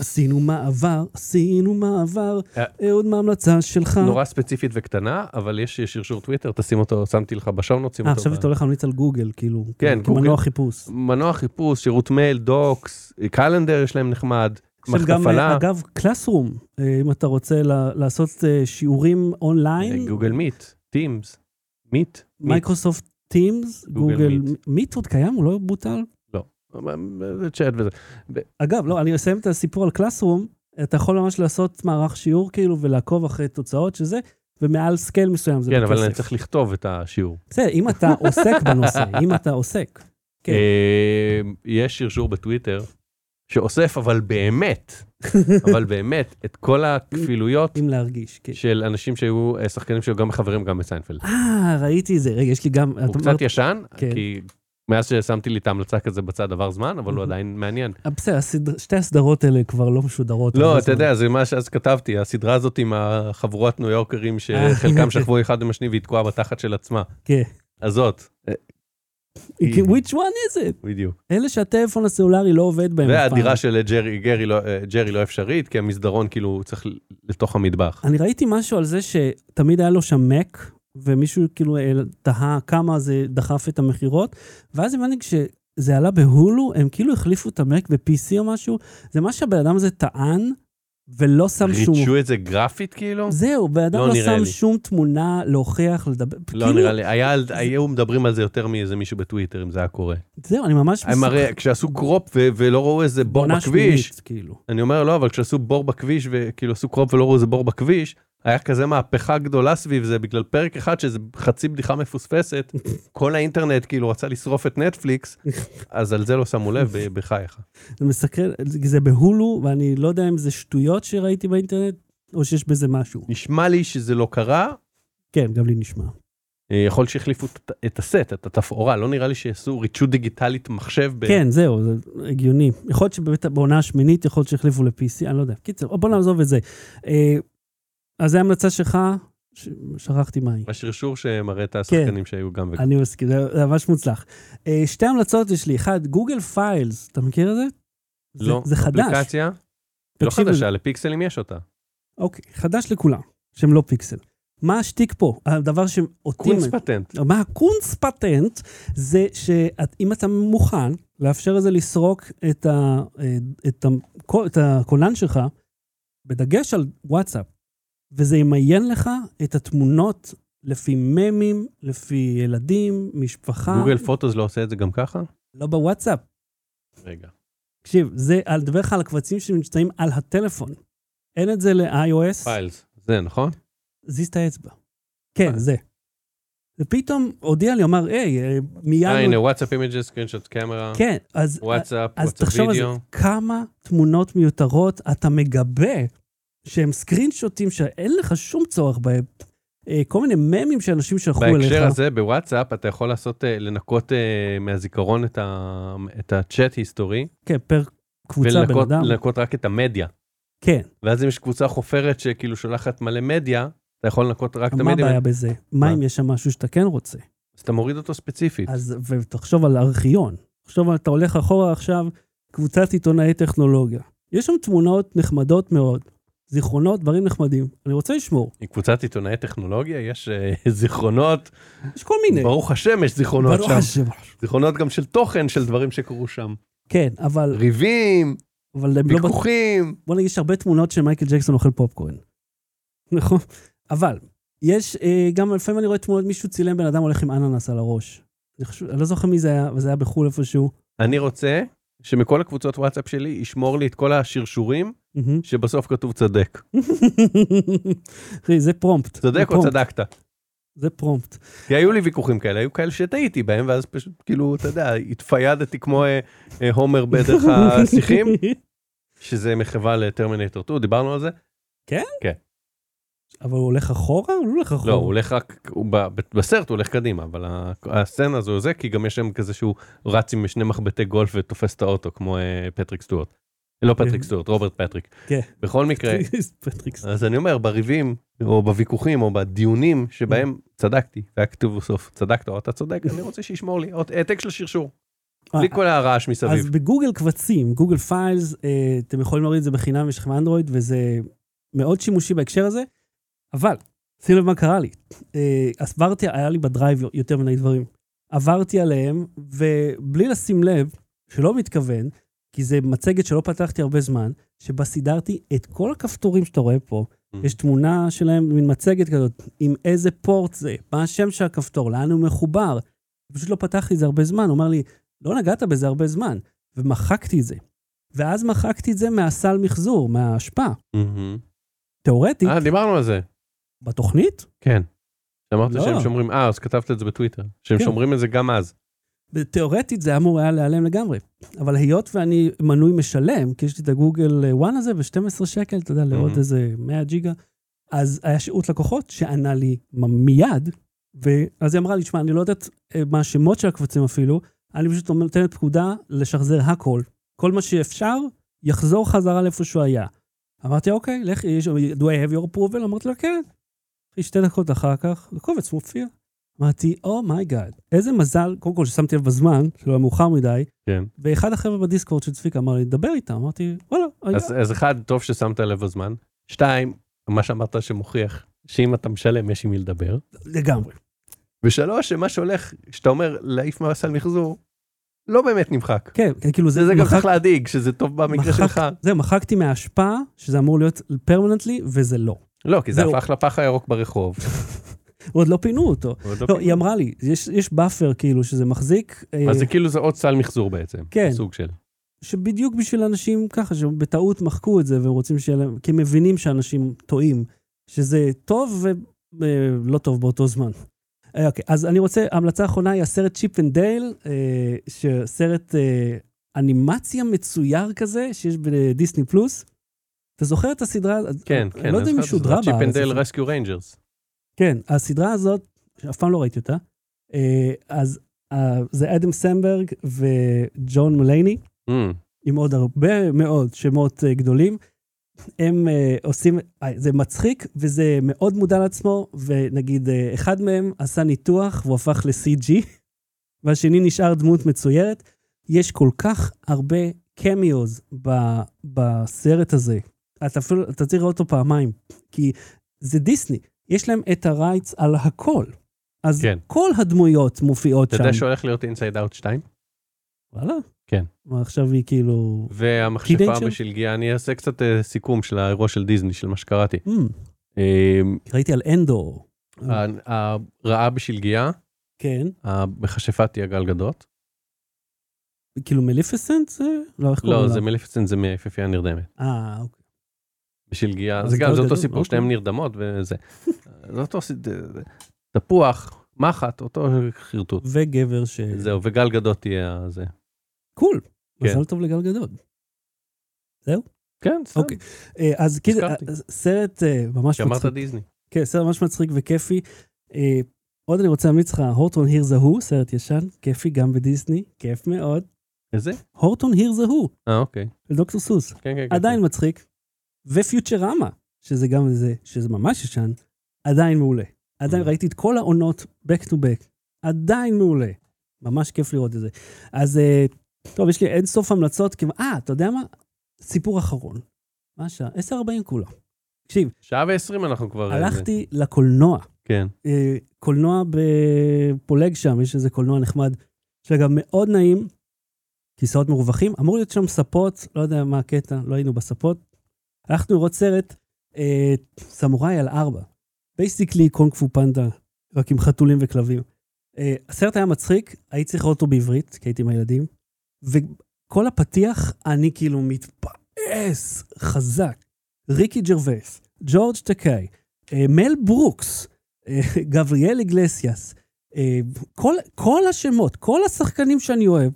S1: עשינו מעבר, עשינו מעבר,
S2: אה.
S1: אהוד מההמלצה שלך.
S2: נורא ספציפית וקטנה, אבל יש שרשור טוויטר, תשים אותו, שמתי לך בשעונות, שים
S1: אה,
S2: אותו.
S1: עכשיו
S2: ב-
S1: אתה הולך להמליץ על גוגל, כאילו,
S2: כן,
S1: כמנוע
S2: גוגל.
S1: חיפוש.
S2: מנוע חיפוש, שירות מייל, דוקס, קלנדר יש להם נחמד, אה,
S1: יש להם גם, אה,
S2: מחטפלה,
S1: אגב, קלאסרום, אה, אם אתה רוצה ל- לעשות אה, שיעורים אונליין,
S2: גוגל מיט, טימס, מיט, מיט.
S1: מייקרוסופט טימס,
S2: גוגל
S1: גוגל,
S2: מיט.
S1: מיט עוד קיים, הוא לא בוטל.
S2: אה, זה צ'אט וזה.
S1: אגב, לא, אני אסיים את הסיפור על קלאסרום, אתה יכול ממש לעשות מערך שיעור כאילו ולעקוב אחרי תוצאות של זה, ומעל סקייל מסוים זה
S2: כן, אבל
S1: בכסף.
S2: אני צריך לכתוב את השיעור.
S1: בסדר, אם אתה עוסק בנושא, אם אתה עוסק. כן.
S2: אה, יש שרשור בטוויטר שאוסף, אבל באמת, אבל באמת, את כל הכפילויות
S1: אם להרגיש, כן.
S2: של אנשים שהיו אה, שחקנים שהיו גם חברים, גם בסיינפלד.
S1: אה, ראיתי את זה, רגע, יש לי גם... את
S2: הוא
S1: אומרת-
S2: קצת ישן,
S1: כן.
S2: כי מאז ששמתי לי את ההמלצה כזה בצד עבר זמן, אבל הוא
S1: Mhm.
S2: עדיין מעניין.
S1: אה, בסדר, הסדר- שתי הסדרות האלה כבר לא משודרות.
S2: לא,
S1: הרבה
S2: אתה
S1: זמן.
S2: יודע, זה מה שאז כתבתי, הסדרה הזאת עם החבורת ניו יורקרים שחלקם שכבו אחד עם השני והיא תקועה בתחת של עצמה.
S1: כן.
S2: הזאת, אה, היא-
S1: Which one is it?
S2: בדיוק.
S1: אלה שהטלפון הסלולרי לא עובד בהם. אף פעם.
S2: והדירה של ג'רי גרי לא- אה, ג'רי לא אפשרית, כי המסדרון כאילו צריך לתוך המטבח.
S1: אני ראיתי משהו על זה שתמיד היה לו שם מק, ומישהו כאילו העל- תהה כמה זה דחף את המכירות, ואז הבנתי כשזה עלה בהולו, הם כאילו החליפו את המק ב-PC או משהו, זה מה שהבן אדם הזה טען, ולא שם שום...
S2: ריצ'ו את זה גרפית כאילו?
S1: זהו, בן אדם
S2: לא
S1: לא
S2: נראה
S1: שם
S2: לי.
S1: שום תמונה להוכיח, לדבר.
S2: לא
S1: כאילו,
S2: נראה לי, היה על- היו מדברים על זה יותר מאיזה מישהו בטוויטר, אם זה היה קורה.
S1: זהו, אני ממש...
S2: הם הרי כשעשו קרופ ו- ולא ראו איזה בור
S1: עונה
S2: בכביש,
S1: שמינית, כאילו.
S2: אני אומר לא, אבל כשעשו בור בכביש וכאילו עשו קרופ ולא ראו איזה בור בכביש, היה כזה מהפכה גדולה סביב זה בגלל פרק אחד שזה חצי בדיחה מפוספסת, כל האינטרנט כאילו רצה לשרוף את נטפליקס, אז על זה לא שמו לב ב- בחייך.
S1: זה מסקרן, זה בהולו, ואני לא יודע אם זה שטויות שראיתי באינטרנט, או שיש בזה משהו.
S2: נשמע לי שזה לא קרה,
S1: כן, גם לי נשמע.
S2: אה, יכול שהחליפו את- את הסט, את התפאורה, לא נראה לי שיעשו ריצ'ות דיגיטלית מחשב. ב-
S1: כן, זהו, זה הגיוני. יכול להיות שבאמת בעונה השמינית, יכול להיות שהחליפו ל-PC, אני לא יודע. קיצר, בוא נעזוב את זה. אה, אז זו ההמלצה שלך, ש- שכחתי מהי.
S2: השרשור שמראה
S1: כן.
S2: את השחקנים שהיו גם וגם.
S1: אני מסכים, זה זה ממש מוצלח. אה, שתי המלצות יש לי, אחד, גוגל פיילס, אתה מכיר את זה? זה-
S2: לא,
S1: זה חדש.
S2: אפליקציה? לא
S1: תקשיב לזה.
S2: חדשה, לפיקסלים יש אותה.
S1: אוקיי, חדש לכולם, שהם לא פיקסל. מה השטיק פה? הדבר שאותי...
S2: קונס פטנט.
S1: מה הקונס פטנט זה שאם אתה מוכן לאפשר לזה לסרוק את, ה, את, ה, את הקולן שלך, בדגש על וואטסאפ, וזה ימיין לך את התמונות לפי ממים, לפי ילדים, משפחה,
S2: גוגל פוטוס לא עושה את זה גם ככה?
S1: לא בוואטסאפ.
S2: רגע.
S1: תקשיב, זה, אני מדבר לך על הקבצים שנמצאים על הטלפון. אין את זה ל-iOS,
S2: פיילס. זה נכון?
S1: זיז את האצבע. כן,
S2: אה.
S1: זה. ופתאום הודיע לי, אמר, היי, אה, מיד...
S2: אה,
S1: הוא-
S2: הנה, וואטסאפ אימג'ס, סקרינשוט קמרה,
S1: כן, אז...
S2: וואטסאפ,
S1: אז
S2: וואטסאפ
S1: תחשוב על זה,
S2: וידאו.
S1: כמה תמונות מיותרות אתה מגבה, שהם סקרינשוטים שאין לך שום צורך בהם. אה, כל מיני ממים שאנשים שלחו אליך.
S2: בהקשר הזה, בוואטסאפ אתה יכול לעשות, אה, לנקות אה, מהזיכרון את ה- את הצ'אט היסטורי,
S1: כן, פר קבוצה בן
S2: ולנקות
S1: אדם.
S2: לנקות רק את המדיה.
S1: כן,
S2: ואז אם יש קבוצה חופרת שכאילו שולחת מלא מדיה, אתה יכול לנקות רק אה. את
S1: מה
S2: המדיה,
S1: הבעיה בזה? מה
S2: מה?
S1: אם יש שם משהו שאתה כן רוצה?
S2: אז אתה מוריד אותו ספציפית.
S1: אז, ותחשוב על ארכיון. תחשוב על, אתה הולך אחורה עכשיו, קבוצת עיתונאי טכנולוגיה. יש שם תמונות נחמדות מאוד, זיכרונות, דברים נחמדים. אני רוצה לשמור.
S2: עם קבוצת עיתונאי טכנולוגיה יש אה, זיכרונות,
S1: יש כל מיני. לא
S2: ברוך השם יש זיכרונות
S1: ברוך
S2: שם,
S1: השם.
S2: זיכרונות גם של תוכן של דברים שקרו שם.
S1: כן, אבל,
S2: ריבים,
S1: אבל הם לא... בטוח-
S2: ויכוחים.
S1: בוא נגיד, יש הרבה תמונות של מייקל ג'קסון אוכל פופקורן. נכון? אבל, יש, אה, גם לפעמים אני רואה תמונות, מישהו צילם בן אדם הולך עם אננס על הראש. אני, חושב, אני לא זוכר מי זה היה, אבל זה היה בחו"ל איפשהו.
S2: אני רוצה שמכל הקבוצות וואטסאפ שלי ישמור לי את כל השרשורים
S1: מהמם.
S2: שבסוף כתוב צדק.
S1: אחי, זה פרומפט. זה
S2: צדק או
S1: פרומפט,
S2: צדקת?
S1: זה פרומפט.
S2: כי היו לי ויכוחים כאלה, היו כאלה שטעיתי בהם, ואז פשוט, כאילו, אתה יודע, התפיידתי כמו אה, אה, הומר בדרך השיחים, שזה מחווה לטרמינטור 2, דיברנו על זה. לא,
S1: אבל הוא הולך אחורה? הוא לא הולך אחורה.
S2: לא, הוא הולך רק, הוא ב- ב- בסרט הוא הולך קדימה, אבל ה- הסצנה הזו זה, כי גם יש שם כזה שהוא רץ עם שני מחבטי גולף ותופס את האוטו, כמו אה, פטריק סטוארט. לא פטריק סטוארט, רוברט פטריק.
S1: כן.
S2: בכל מקרה,
S1: פטריק סטארק.
S2: אז אני אומר, בריבים, או בוויכוחים, או בדיונים שבהם Mm. צדקתי, והיה כתוב בסוף, צדקת או אתה צודק, אני רוצה שישמור לי עוד העתק של שרשור, בלי כל הרעש מסביב.
S1: אה. אז בגוגל קבצים, גוגל פיילס, אה, אתם יכולים להוריד את זה בחינם, יש לכם אנדרואיד, וזה מאוד שימושי בהקשר הזה, אבל, שים לב מה קרה לי. אה, אז עברתי, היה לי בדרייב יותר מיני דברים. עברתי עליהם, ובלי לשים לב, שלא מתכוון, כי זה מצגת שלא פתחתי הרבה זמן, שבה סידרתי את כל הכפתורים שאתה רואה פה, יש תמונה שלהם, מין מצגת כזאת, עם איזה פורט זה, מה השם של הכפתור, לאן הוא מחובר. פשוט לא פתחתי את זה הרבה זמן, הוא אמר לי, לא נגעת בזה הרבה זמן, ומחקתי את זה. ואז מחקתי את זה מהסל מחזור, מהאשפה.
S2: מהמם.
S1: תאורטית,
S2: אה, דיברנו על זה,
S1: בתוכנית,
S2: כן. אמרת
S1: לא.
S2: שהם שומרים, אה, אז כתבת את זה בטוויטר, שהם
S1: כן.
S2: שומרים את זה גם אז.
S1: תאורטית זה אמור היה להיעלם לגמרי. אבל היות ואני מנוי משלם, כי יש לי את הגוגל אה, וואן הזה ב-12 שקל, אתה יודע, לעוד
S2: Mhm.
S1: איזה 100 ג'יגה, אז היה שירות לקוחות שענה לי מ- מיד, ואז היא אמרה לי, שמע, אני לא יודעת אה, מה השמות של הקבצים אפילו, אני פשוט נותנת פקודה לשחזר הכל. כל מה שאפשר, יחזור חזרה לאיפה שהוא היה. אמרתי, אוקיי, לך, יש- do I have your approval? אמרתי לה, כן. אחי, שתי דקות אחר כך, הקובץ מופיע. אמרתי, אומייגאד, איזה מזל, קודם כל ששמתי לב בזמן, שלא היה מאוחר מדי,
S2: כן.
S1: ואחד החבר'ה בדיסקורד של צביקה אמר לי, דבר איתם, אמרתי, וואלה, היה."
S2: אז אז אחד, טוב ששמת לב בזמן. שתיים, מה שאמרת שמוכיח, שאם אתה משלם יש עם מי לדבר.
S1: לא-" לגמרי.
S2: ושלוש, שמה שהולך, שאתה אומר להעיף מהסל מחזור, לא באמת נמחק.
S1: כן, כן, כאילו זה...
S2: זה גם
S1: מחק-
S2: צריך להדאיג, שזה טוב במקרה
S1: מחק-
S2: שלך.
S1: זהו, מחקתי מההשפעה, שזה אמור להיות פרמננטלי, וזה לא.
S2: לא, כי זה
S1: זהו.
S2: הפך לפח הירוק ברחוב.
S1: עוד לא פינו אותו.
S2: עוד לא
S1: לא,
S2: פתאום.
S1: היא אמרה לי, יש- יש באפר כאילו, שזה מחזיק, אה,
S2: אז זה כאילו זה עוד סל מחזור בעצם.
S1: כן.
S2: סוג של.
S1: שבדיוק בשביל אנשים ככה, שבטעות מחקו את זה, והם רוצים שיהיה להם, כי הם מבינים שאנשים טועים, שזה טוב ולא טוב באותו זמן. אה, אוקיי, אז אני רוצה, ההמלצה האחרונה היא הסרט צ'יפ אנד דייל, אה, שסרט אה, אנימציה מצויר כזה, שיש בדיסני פלוס. אתה זוכר את הסדרה?
S2: כן,
S1: אני
S2: כן.
S1: לא יודע אם היא שודרה בארץ.
S2: צ'יפ אנד
S1: אבל-
S2: דייל רסקיו ריינג'רס.
S1: כן, הסדרה הזאת, שאף פעם לא ראיתי אותה, אה, אז אה, זה אדם סמברג וג'ון מולייני.
S2: Mm.
S1: עם עוד הרבה מאוד שמות אה, גדולים. הם אה, עושים, אה, זה מצחיק וזה מאוד מודע לעצמו, ונגיד אה, אחד מהם עשה ניתוח והוא הפך ל-CG, והשני נשאר דמות מצוירת. יש כל כך הרבה קמיוז ב- בסרט הזה. אתה אפילו, אתה צריך לראות אותו פעמיים, כי זה דיסני, יש להם את הרייטס על הכל. אז
S2: כן.
S1: כל הדמויות מופיעות
S2: אתה
S1: שם.
S2: יודע שהולך להיות אינסייד אאוט 2?
S1: וואלה.
S2: כן.
S1: מה, עכשיו היא כאילו...
S2: והמכשפה
S1: Teenager?
S2: בשלגיה, אני אעשה קצת אה, סיכום של האירוע של דיסני, של מה שקראתי.
S1: "מ,
S2: אה,
S1: ראיתי על אנדור. אה.
S2: ה- הרעה בשלגיה,
S1: כן.
S2: המכשפה תהיה גל גדות.
S1: כאילו מליפסנט זה? לא, איך קוראים
S2: לא, זה
S1: לה?
S2: מליפסנט, זה מיפיפייה נרדמת.
S1: אה, אוקיי.
S2: בשלגיה,
S1: אז
S2: זה
S1: אה, גל
S2: גם, זה אותו
S1: גדות,
S2: סיפור,
S1: אוקיי.
S2: שתיהן נרדמות וזה. זה אותו סיפור, תפוח, מחט, אותו חרטוט.
S1: וגבר ש...
S2: זהו, וגל גדות תהיה זה.
S1: קול.
S2: כן.
S1: מזל טוב לגל גדות.
S2: כן, סתם.
S1: אוקיי. אה, אז כאילו,
S2: הזכרתי.
S1: אה, סרט אה, ממש
S2: כי אמרת
S1: מצחיק.
S2: דיסני.
S1: כן, סרט ממש מצחיק וכיפי. אה, עוד אני רוצה להמליץ לך, הורטון היר זה הוא, סרט ישן, כיפי גם בדיסני, כיף מאוד.
S2: איזה?
S1: הורטון היר זה הוא,
S2: אה, אוקיי.
S1: של דוקטור סוס,
S2: כן, כן, כן.
S1: עדיין מצחיק. ופיוטרמה, שזה גם זה, שזה ממש ישן, עדיין מעולה. עדיין
S2: Mm.
S1: ראיתי את כל העונות back to back, עדיין מעולה. ממש כיף לראות את זה. אז אה, טוב, יש לי אין סוף המלצות, כי- אה, אתה יודע מה? סיפור אחרון. מה השעה? 10.40 כולה. תקשיב,
S2: שעה ועשרים אנחנו כבר... אה, זה.
S1: הלכתי לקולנוע.
S2: כן.
S1: אה, קולנוע בפולג שם, יש איזה קולנוע נחמד, שאגב מאוד נעים, כיסאות מרווחים, אמור להיות שם ספות, לא יודע מה הקטע, לא היינו בספות. הלכנו לראות סרט, אה, סמוראי על ארבע. בייסיקלי קונג פו פנדה, רק עם חתולים וכלבים. אה, הסרט היה מצחיק, הייתי צריך לראות אותו בעברית, כי הייתי עם הילדים, וכל הפתיח, אני כאילו מתפעס חזק. ריקי ג'רווייס, ג'ורג' טקאי, אה, מל ברוקס, אה, גבריאל איגלסיאס, אה, כל, כל השמות, כל השחקנים שאני אוהב,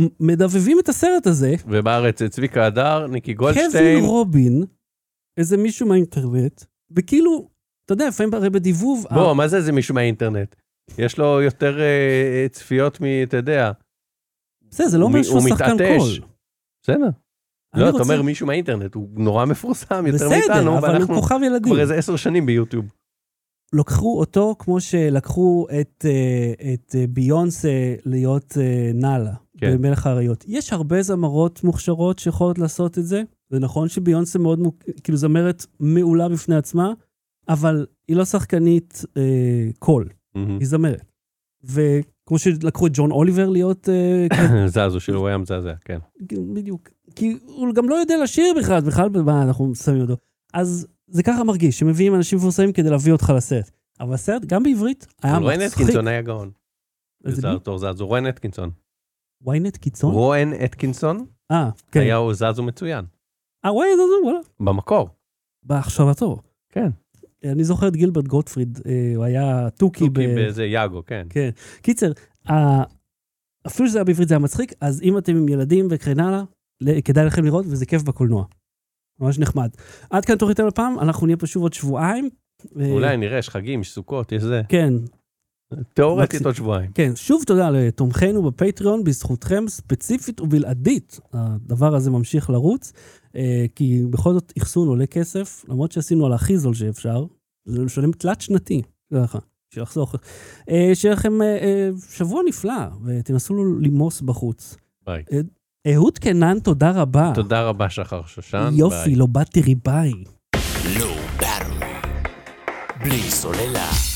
S1: מ- מדבבים את הסרט הזה.
S2: ובארץ אה, צביקה הדר, ניקי גולדשטיין.
S1: קווין רובין, איזה מישהו מהאינטרנט, וכאילו, אתה יודע, לפעמים הרי בדיבוב... אה,
S2: בוא, מה זה זה מישהו מהאינטרנט? יש לו יותר אה, אה, צפיות מ... אתה יודע.
S1: בסדר, זה לא אומר
S2: הוא-
S1: שהוא
S2: הוא
S1: שחקן
S2: מתעטש.
S1: קול.
S2: בסדר.
S1: אני
S2: לא, אתה
S1: רוצה-
S2: אומר מישהו מהאינטרנט, הוא נורא מפורסם יותר מאיתנו,
S1: בסדר, אבל הוא
S2: ואנחנו
S1: כוכב ילדים.
S2: כבר איזה עשר שנים ביוטיוב.
S1: לקחו אותו כמו שלקחו את, אה, את אה, ביונסה להיות אה, נאלה
S2: כן.
S1: כן. במלך האריות. יש הרבה זמרות מוכשרות שיכולות לעשות את זה. זה נכון שביונסה מאוד, מוק- כאילו זמרת מעולה בפני עצמה, אבל היא לא שחקנית אה, קול,
S2: מהמם.
S1: היא זמרת. וכמו שלקחו את ג'ון אוליבר להיות... אה, כזה-
S2: זזו שלו, הוא היה מזעזע, כן.
S1: כאילו, בדיוק. כי הוא גם לא יודע לשיר בכלל, בכלל במה אנחנו שמים אותו. אז זה ככה מרגיש, שמביאים אנשים מפורסמים כדי להביא אותך לסרט. אבל הסרט, גם בעברית, היה
S2: רואן
S1: מצחיק.
S2: אתקינסון היה גאון.
S1: איזה
S2: זה
S1: מי?
S2: ארתור זזו, רואן אתקינסון.
S1: ynet קיצון?
S2: רואן אתקינסון
S1: אה, כן.
S2: היה הוא זזו מצוין.
S1: אה, וואי, זה זה, וואלה.
S2: במקור.
S1: בהכשרתו.
S2: כן.
S1: אני זוכר את גילברט גוטפריד, אה, הוא היה תוכי ב...
S2: תוכי באיזה יאגו, כן.
S1: כן. קיצר, ה- אפילו שזה היה בעברית זה היה מצחיק, אז אם אתם עם ילדים וכן הלאה, ל- כדאי לכם לראות, וזה כיף בקולנוע. ממש נחמד. עד כאן תוכניתנו לפעם, אנחנו נהיה פה שוב עוד שבועיים. אה,
S2: אולי נראה, יש חגים, יש סוכות, יש זה.
S1: כן,
S2: תיאורטית
S1: מקסים.
S2: עוד שבועיים.
S1: כן. שוב תודה לתומכינו בפטריון, בזכותכם ספציפית ובלעדית הדבר הזה ממשיך לרוץ, אה, כי בכל זאת אחסון עולה כסף, למרות שעשינו על הכי זול שאפשר, זה משלם תלת שנתי, ככה, בשביל לחסוך. אה, שיהיה לכם אה, אה, שבוע נפלא, ותנסו למוס בחוץ.
S2: ביי.
S1: אה, אהוד קנן, תודה רבה.
S2: תודה רבה, שחר שושן. ביי.
S1: יופי, לא באתי ריבאי.
S3: Low Battery. בלי סוללה.